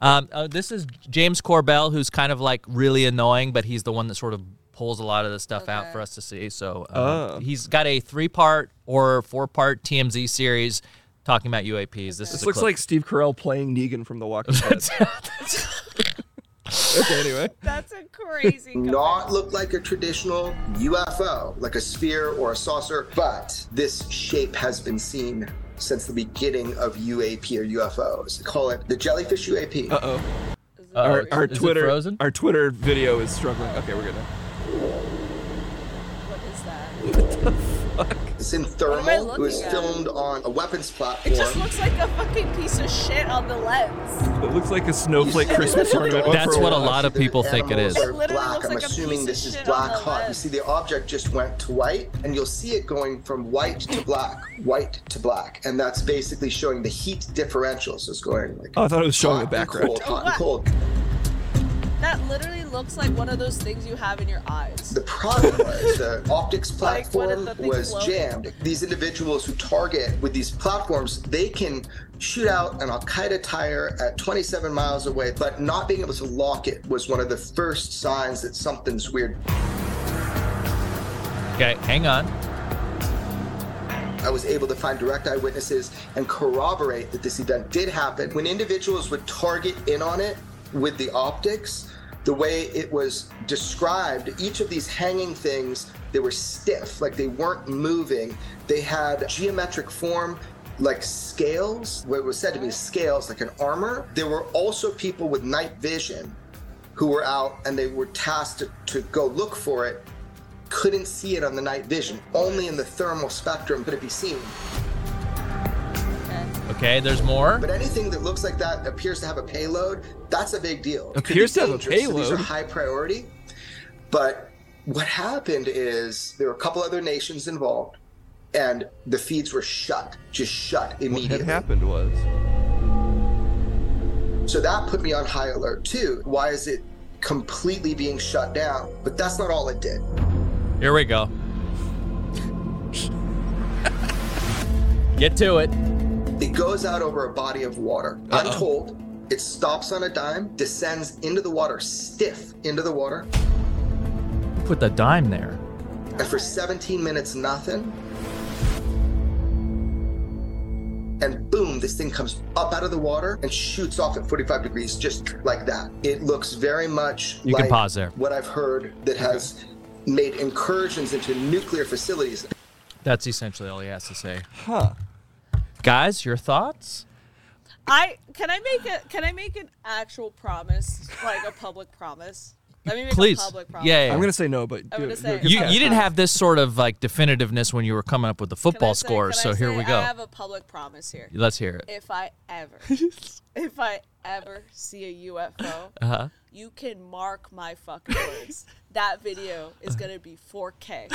A: Um, uh, this is James Corbell, who's kind of like really annoying, but he's the one that sort of pulls a lot of this stuff out for us to see. So um,
D: Oh.
A: he's got a three-part or four-part TMZ series talking about UAPs. This, is
D: This
A: a
D: looks
A: clip.
D: like Steve Carell playing Negan from
A: <laughs>
D: The Walking Dead. okay, anyway.
B: That's a crazy.
I: not look like a traditional UFO, like a sphere or a saucer, but this shape has been seen since the beginning of UAP or UFOs. They call it the jellyfish UAP.
D: Our, our
A: Oh, is it
D: Twitter
A: frozen?
D: our Twitter video is struggling. Okay, we're good now.
B: What is that?
I: It's in
B: What am I
I: thermal. It was
B: looking at?
I: filmed on a weapons platform.
B: It just looks like a fucking piece of shit on the lens.
D: It looks like a snowflake Christmas ornament.
A: That's
D: for
A: what a
D: while.
A: lot of
I: See, the
A: people think it is.
I: animals are
B: It literally
I: black.
B: looks
I: I'm
B: like a
I: assuming
B: piece
I: this
B: of
I: is
B: shit
I: black
B: on the
I: hot. You
B: lens.
I: see, the object just went to white, and you'll see it going from white to black, white to black, and that's basically showing the heat differential. So it's going like
D: Oh, I thought it was showing the
I: hot and
D: background.
I: cold, hot and cold.
B: That literally looks like one of those things you have in your eyes.
I: The problem was the optics
B: <laughs> Like, what if
I: platform
B: the thing
I: was
B: floated?
I: jammed. These individuals who target with these platforms, they can shoot out an Al Qaeda tire at 27 miles away, but not being able to lock it was one of the first signs that something's weird.
A: Okay, hang on.
I: I was able to find direct eyewitnesses and corroborate that this event did happen. When individuals would target in on it with the optics, the way it was described, each of these hanging things, they were stiff, like they weren't moving. They had geometric form, like scales, what was said to be scales, like an armor. There were also people with night vision who were out and they were tasked to, to go look for it couldn't see it on the night vision. Only in the thermal spectrum could it be seen.
A: Okay, there's more.
I: But anything that looks like that appears to have a payload, that's a big deal. It could be
D: Appears to have a
I: dangerous, so these are
D: payload?
I: high priority. But what happened is there were a couple other nations involved, and the feeds were shut, just shut
D: What
I: immediately.
D: had happened was
I: So that put me on high alert too. Why is it completely being shut down? But that's not all it did.
A: Here we go. Get to it.
I: It goes out over a body of water, untold. It stops on a dime, descends into the water, stiff into the water,
A: Put the dime there.
I: and for 17 minutes, nothing. And boom, this thing comes up out of the water and shoots off at 45 degrees, just like that. It looks very much
A: You
I: like
A: can pause there.
I: what I've heard that has made incursions into nuclear facilities.
A: That's essentially all he has to say. Huh. Guys, your thoughts?
B: I can I make a can I make an actual promise, like a public promise? Let me make
A: Please.
B: a public
A: Yeah,
B: promise.
A: yeah.
D: I'm gonna say no, but
B: I'm
D: do
B: gonna
D: it.
B: say-
D: Do it.
A: you,
B: Yeah.
A: you didn't have this sort of like definitiveness when you were coming up with the
B: Can I
A: football
B: say-
A: scores,
B: can
A: so
B: I
A: here
B: say
A: we go.
B: I have a public promise here.
A: Let's hear it.
B: If I
A: <laughs>
B: ever, if I ever see a UFO,
A: Uh-huh.
B: you can mark my fucking words. that video is gonna be
A: <laughs>
B: 4K.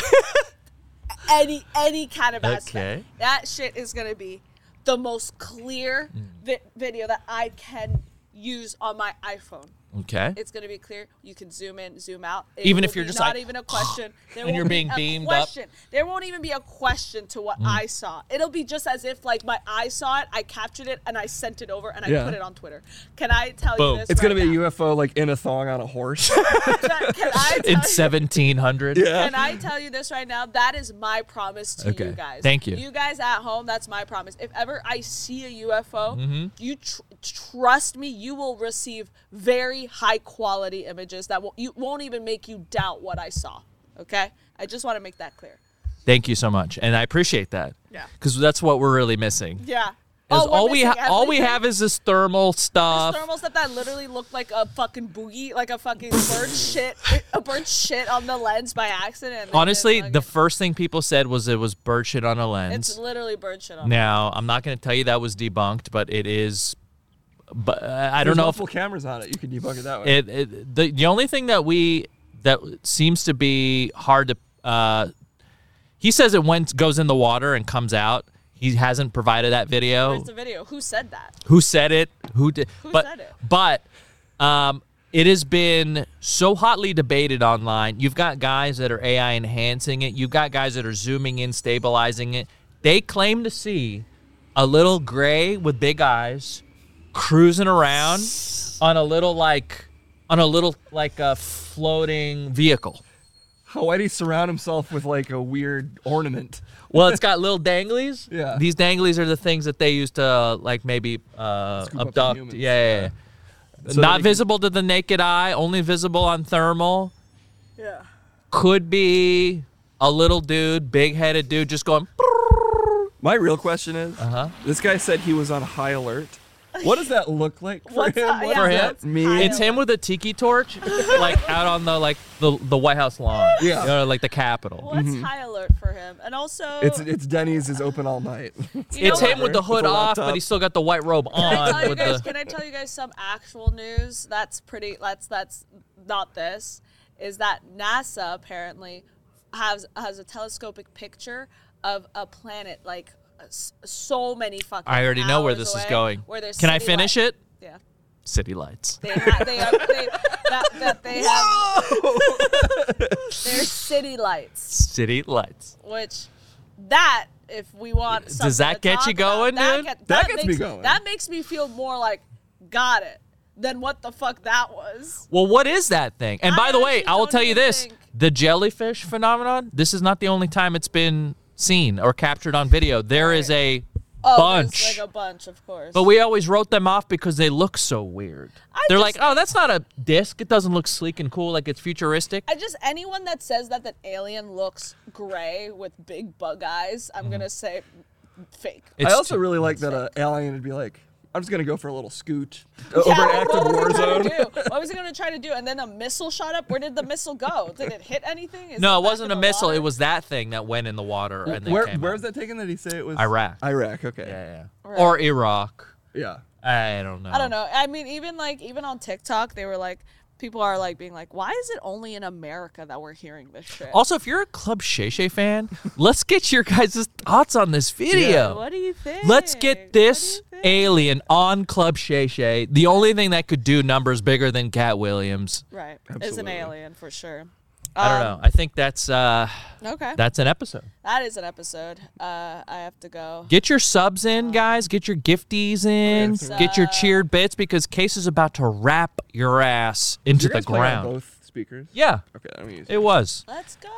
B: any any kind of
A: Okay.
B: aspect. That shit is gonna be the most clear
A: Hmm.
B: vi- video that I can use on my iPhone.
A: Okay.
B: It's gonna be clear. You can zoom in, zoom out. It
A: Even if
B: will
A: you're
B: be
A: just
B: not
A: like,
B: even
A: <sighs>
B: a question. There
A: and you're
B: won't
A: being
B: be a
A: beamed up. Mm.
B: question. There won't even be a question to what I saw. It'll be just as if like my eye saw it, I captured it, and I sent it over and I
D: Yeah.
B: put it on Twitter. Can I tell
A: Boom.
B: you this?
D: It's gonna
B: right
D: be a
B: now?
D: UFO like in a thong on a
A: <laughs>
D: horse.
B: <laughs> Can I tell
A: In <laughs>
B: you-
A: 1700.
B: Can I tell you this right now? That is my promise to
A: Okay.
B: you guys.
A: Thank you.
B: You guys at home, that's my promise. If ever I see a UFO,
A: Mm-hmm.
B: you tr- trust me, you will receive very high quality images that will you won't even make you doubt what I saw. Okay, I just want to make that clear.
A: Thank you so much, and I appreciate that.
B: Yeah.
A: Because that's what we're really missing.
B: Yeah.
A: Is
B: Oh, we're
A: all we
B: missing
A: ha- all we
B: everything.
A: have is this thermal
B: This
A: stuff.
B: thermal stuff that literally looked like a fucking boogie, like a fucking bird shit, a bird shit on the lens by accident. and they
A: Honestly,
B: didn't
A: the
B: fucking-
A: first thing people said was it was bird shit on a
B: it's
A: lens.
B: literally bird shit on. the
A: now I'm not going to tell you that was debunked, but it is. But uh, I don't
D: There's
A: know if
D: multiple cameras on it. You can debug it that way.
A: it, it the the only thing that we that seems to be hard to uh he says it went goes in the water and comes out he hasn't provided that video
B: Where's the video? Who said that?
A: who said it who did
B: Who
A: but
B: said it?
A: but um it has been so hotly debated online you've got guys that are ai enhancing it you've got guys that are zooming in stabilizing it they claim to see a little gray with big eyes cruising around on a little like on a little like a floating vehicle
D: How why did he surround himself with like a weird ornament?
A: well it's got little danglies
D: <laughs> Yeah.
A: these danglies are the things that they use to uh, like maybe uh,
D: up the
A: abduct
D: humans,
A: yeah, yeah, yeah.
D: So
A: Not
D: they can-
A: visible to the naked eye, only visible on thermal.
B: Yeah.
A: Could be a little dude, big headed dude, just going.
D: My real question is: uh-huh. This guy said he was on high alert. What does that look like for
B: What's
D: him?
B: that-
D: What
B: <laughs> yeah,
D: does
A: what's
D: that mean?
B: high
A: It's him with a tiki
B: <laughs>
A: torch, like out on the like the, the White House lawn,
D: Yeah.
A: you know, like the Capitol.
B: What's high alert for him? And also,
D: It's it's Denny's is open all night. <laughs>
B: you
A: It's
B: know
A: him
B: what?
A: with the hood
D: With the
A: off, but
D: laptop.
A: he's still got the white robe
B: Can <laughs> I
A: on.
B: tell you
A: With
B: guys?
A: the,
B: Can I tell you guys some actual news? That's pretty. That's that's not this. Is that NASA apparently has has a telescopic picture of a planet like s- so many fucking.
A: I already know where
B: hours
A: this
B: away,
A: is going.
B: Where there's
A: Can I
B: city
A: finish
B: lights.
A: it?
B: Yeah.
A: City lights.
B: They have, they are, they, that, that they have
A: <laughs>
B: <laughs> their city lights,
A: City lights.
B: which that if we want something
A: that
B: to
A: get
B: talk
A: you going,
B: about,
A: dude?
B: That, get,
D: That
B: that
D: gets me
B: makes,
D: going.
B: That makes me feel more like got it than what the fuck that was.
A: Well, what is that thing? And
B: I
A: by the way,
B: actually
A: I will
B: don't
A: tell you
B: even
A: this:
B: think-
A: the jellyfish phenomenon. This is not the only time it's been seen or captured on video. There is a
B: Oh, there's,
A: bunch,
B: like a bunch, of course.
A: but we always wrote them off because they look so weird. They're like,
B: just-
A: oh, that's not a disc. It doesn't look sleek and cool. Like it's futuristic.
B: I just anyone that says that that alien looks gray with big bug eyes, I'm
A: Mm-hmm.
B: gonna say fake.
A: It's
D: I also
A: too-
D: really like that an alien would be like, "I'm just gonna go for a little scoot
B: Yeah, <laughs>
D: over an active
B: what
D: war
B: was he trying to
D: zone."
B: do? What was he gonna try to do? And then a missile shot up. Where did the missile go? Did it hit anything? Is
A: no, it
B: back
A: wasn't a
B: in the
A: missile.
B: water?
A: It was that thing that went in the water and then
D: Where
A: came
D: where
A: out.
D: was that taken? Did he say it was
A: Iraq.
D: Iraq. Okay.
A: Yeah, yeah. Or Iraq.
D: Yeah.
A: I don't know.
B: I don't know. I mean, even like even on TikTok, they were like, people are like being like, why is it only in America that we're hearing this shit?
A: Also, if you're a Club Shay Shay fan, <laughs> let's get your guys' thoughts on this video.
B: what do you think?
A: Let's get
B: What do you
A: this
B: think?
A: alien on Club Shay Shay. The only thing that could do numbers bigger than Cat Williams.
B: Right, is an alien for sure.
A: I
B: Um,
A: don't know. I think that's uh,
B: Okay,
A: that's an episode.
B: that is an episode. Uh, I have to go.
A: Get your subs
B: um,
A: in, guys. Get your gifties in. Get your cheered bits because Case is about to wrap your ass into
D: Did you
A: the
D: guys play on
A: ground.
D: Both speakers.
A: Yeah,
D: Okay. I'm gonna use
A: it was.
B: Let's go.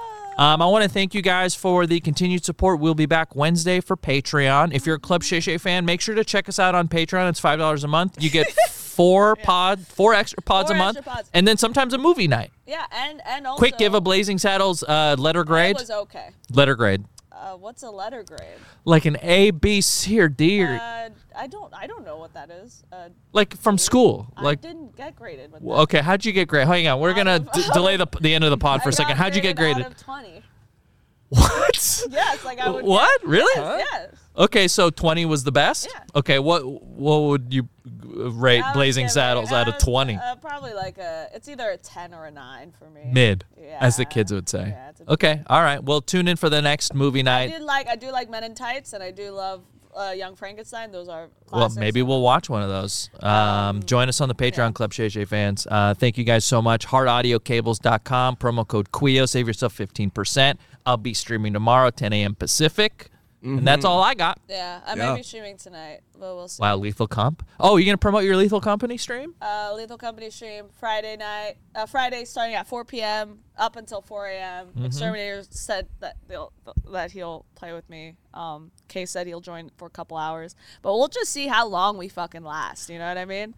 A: Um, I want to thank you guys for the continued support. We'll be back Wednesday for Patreon. If you're a Club Shay Shay fan, make sure to check us out on Patreon. It's five dollars a month. You
B: <laughs>
A: get four pod, four extra pods
B: Four
A: a month,
B: extra pods.
A: and then sometimes a movie night.
B: Yeah, and and also
A: Quick give a Blazing Saddles uh, letter
B: It
A: grade.
B: was okay.
A: letter grade,
B: Uh, what's a letter grade?
A: like an A, B, C, or D, or
B: Uh, I don't I don't know what that is. Uh,
A: like from school.
B: I
A: Like,
B: didn't get graded with that.
A: okay, how'd you get graded? Hang on, we're gonna d- delay the the
B: <laughs>
A: end of the pod for a
B: I
A: second.
B: got
A: How'd you get graded?
B: Out of Twenty.
A: <laughs> what?
B: Yes, like I would.
A: What? Really?
B: Yes.
A: Okay, so 20 was the best?
B: Yeah.
A: Okay, what what would you uh, rate
B: I would
A: Blazing
B: get
A: Saddles
B: rated-
A: out
B: I
A: of
B: would-
A: 20?
B: Uh, probably like a. It's either a ten or a nine for me.
A: Mid, as the
B: yeah,
A: kids would say.
B: yeah, it's a-
A: okay, all right. Well, tune in for the next movie
B: I
A: night.
B: did like I do like Men in Tights and I do love uh, Young Frankenstein. Those are
A: Well,
B: classics.
A: maybe we'll watch one of those. Um, join us on the Patreon Club Shay Shay fans. Uh, thank you guys so much. HeartAudioCables.com, promo code Quio, save yourself 15%. I'll be streaming tomorrow, 10 a.m. Pacific. And that's all I got.
B: Yeah, I
D: Yeah.
B: may be streaming tonight, but we'll see.
A: Wow, Lethal Comp. Oh, you're going to promote your Lethal Company stream?
B: uh, Lethal Company stream Friday night, uh, Friday starting at 4 p.m. up until 4 a.m.
A: Mm-hmm.
B: Exterminator said that they'll, that he'll play with me. Um, Kay said he'll join for a couple hours, but we'll just see how long we fucking last. You know what I mean?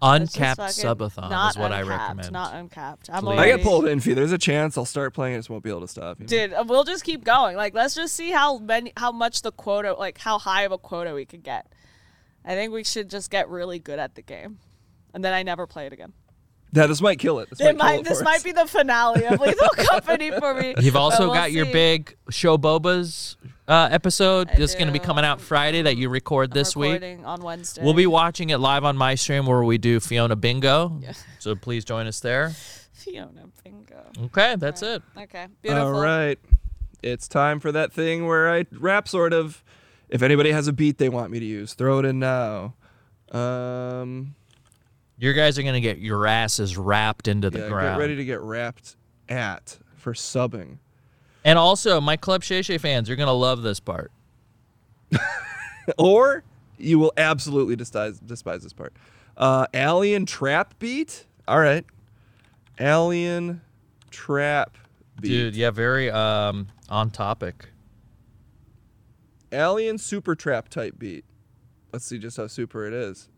B: It's Uh, just
A: Uncapped
B: fucking
A: subathon
B: not
A: is what I
B: uncapped,
A: recommend.
B: Not uncapped. I'm
A: Please.
D: I
B: already-
D: get pulled in, Fee. There's a chance I'll start playing. I just won't be able to stop. You know?
B: Dude, uh, we'll just keep going. Like, let's just see how many, how much the quota, like how high of a quota we could get. I think we should just get really good at the game, and then I never play it again.
D: Yeah, this might kill it. This
B: It
D: might, kill
B: might,
D: it
B: this
D: for
B: might
D: us.
B: be the finale of
D: <laughs>
B: Lethal Company for me.
A: <laughs> You've
B: but
A: also
B: we'll
A: got your
B: see.
A: big Show Boba's uh, episode that's going to be
B: do.
A: coming out Friday that you record this week.
B: Recording on Wednesday.
A: We'll be watching it live on my stream where we do Fiona Bingo. So please join us there.
B: Fiona Bingo.
A: Okay, that's it.
B: Okay, beautiful.
D: All right. It's time for that thing where I rap sort of. If anybody has a beat they want me to use, throw it in now. Um,
A: You guys are going to get your asses wrapped into the
D: yeah,
A: ground.
D: get ready to get rapped at for subbing.
A: and also, my Club Shay Shay fans, you're going to love this part.
D: or you will absolutely despise despise this part. Uh, alien trap beat. All right, alien trap beat.
A: Dude, yeah, very um, on topic.
D: Alien super trap type beat. Let's see just how super it is.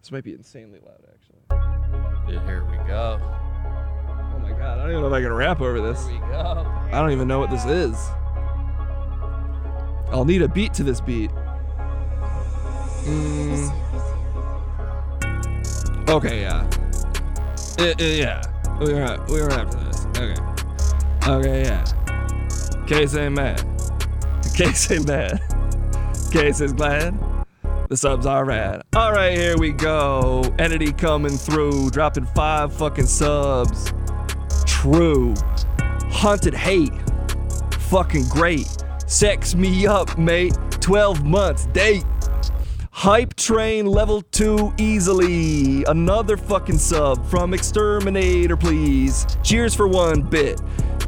D: This might be insanely loud, actually.
A: Dude, here we go.
D: Oh my god, I don't even know if I can rap over this.
A: Here we go.
D: I don't even know what this is. I'll need a beat to this beat. Mm. Okay, yeah. I- I- yeah. We were up, we were up to this. Okay. Okay, yeah. Case ain't mad. <laughs> Case ain't mad. <laughs> Case is glad. The subs are rad. All right, here we go. Entity coming through, dropping five fucking subs. True. Haunted hate. Fucking great. Sex me up, mate. 12 months date. Hype train level 2 easily. Another fucking sub from Exterminator, please. Cheers for one bit.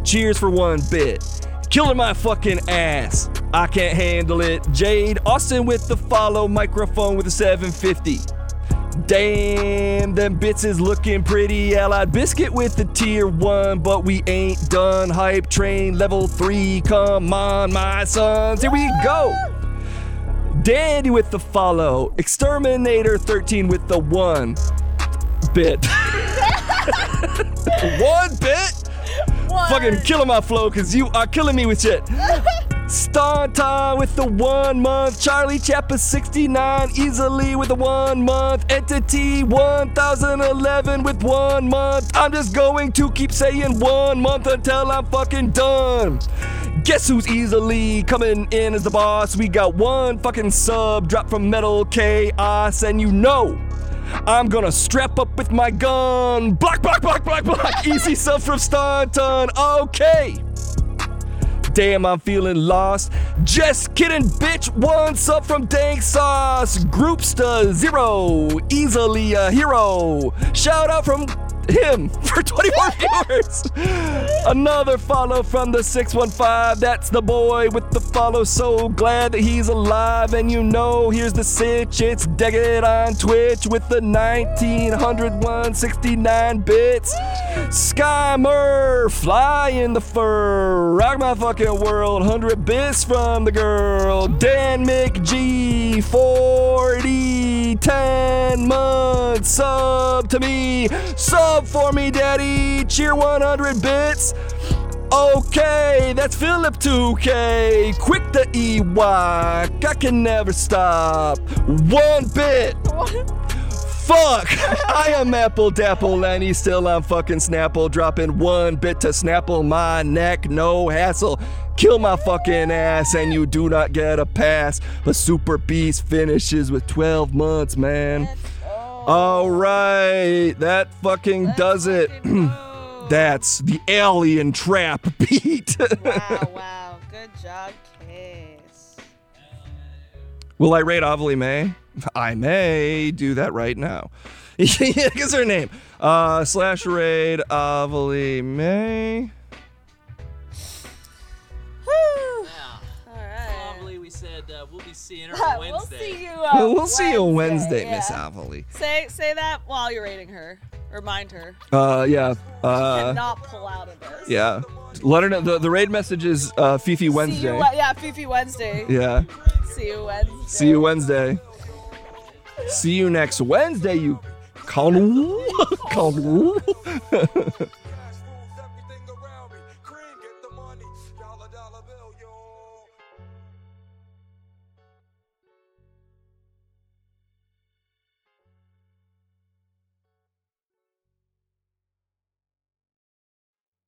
D: Cheers for one bit. Killing my fucking ass. I can't handle it. Jade Austin with the follow microphone with a 750. Damn, them bits is looking pretty. Allied biscuit with the tier one, but we ain't done. Hype train level three. Come on, my sons, here we go. Dandy with the follow. Exterminator 13 with the one bit. <laughs> one bit? Fucking killing my flow, cause you are killing me with shit. Star time with the one month. Charlie Chapa 69 easily with the one month. Entity 1011 with one month. I'm just going to keep saying one month until I'm fucking done. Guess who's easily coming in as the boss? We got one fucking sub drop from Metal Chaos, and you know. I'm gonna strap up with my gun. Block, block, block, block, block. <laughs> Easy sub from Staunton. Okay. Damn, I'm feeling lost. Just kidding, bitch. One sub from Dank Sauce. Groupsta zero. Easily a hero. Shout out from him <laughs> for 24 viewers. Another follow from the 615. That's the boy with the follow. So glad that he's alive. And you know, here's the sitch. It's Degged on Twitch with the 1969 bits. Skymer, fly in the fur. Rock my fucking world. 100 bits from the girl. Dan McG, 40, 10 months. Sub to me. Sub for me, daddy. Cheer 100 bits. Okay, that's Philip 2K. Quick the EY. I can never stop. One bit. Fuck! <laughs> I am Apple Dapple and he's still on fucking Snapple, dropping one bit to Snapple my neck, no hassle. Kill my fucking ass and you do not get a pass. But Super Beast finishes with 12 months, man. All right, that fucking does it. <clears throat> That's the alien trap <laughs> beat.
B: wow, wow. Good job, Case.
D: Will I rate Avali May? I may do that right now. <laughs> yeah, guess her name. Uh, slash raid Avali May.
B: Whew. All right.
A: we said uh, we'll be seeing her
B: <laughs> We'll see you. Uh,
D: we'll see you Wednesday,
B: yeah.
D: Miss Avali.
B: Say say that while you're rating her. Remind her.
D: Uh, yeah. Uh,
B: Cannot pull out of this.
D: yeah. Let her know. The, the raid message is uh, Fifi
B: See you,
D: Wednesday.
B: Wed- yeah, Fifi Wednesday.
D: Yeah.
B: See you Wednesday.
D: See you Wednesday. See you next Wednesday, you <laughs> Call. Call.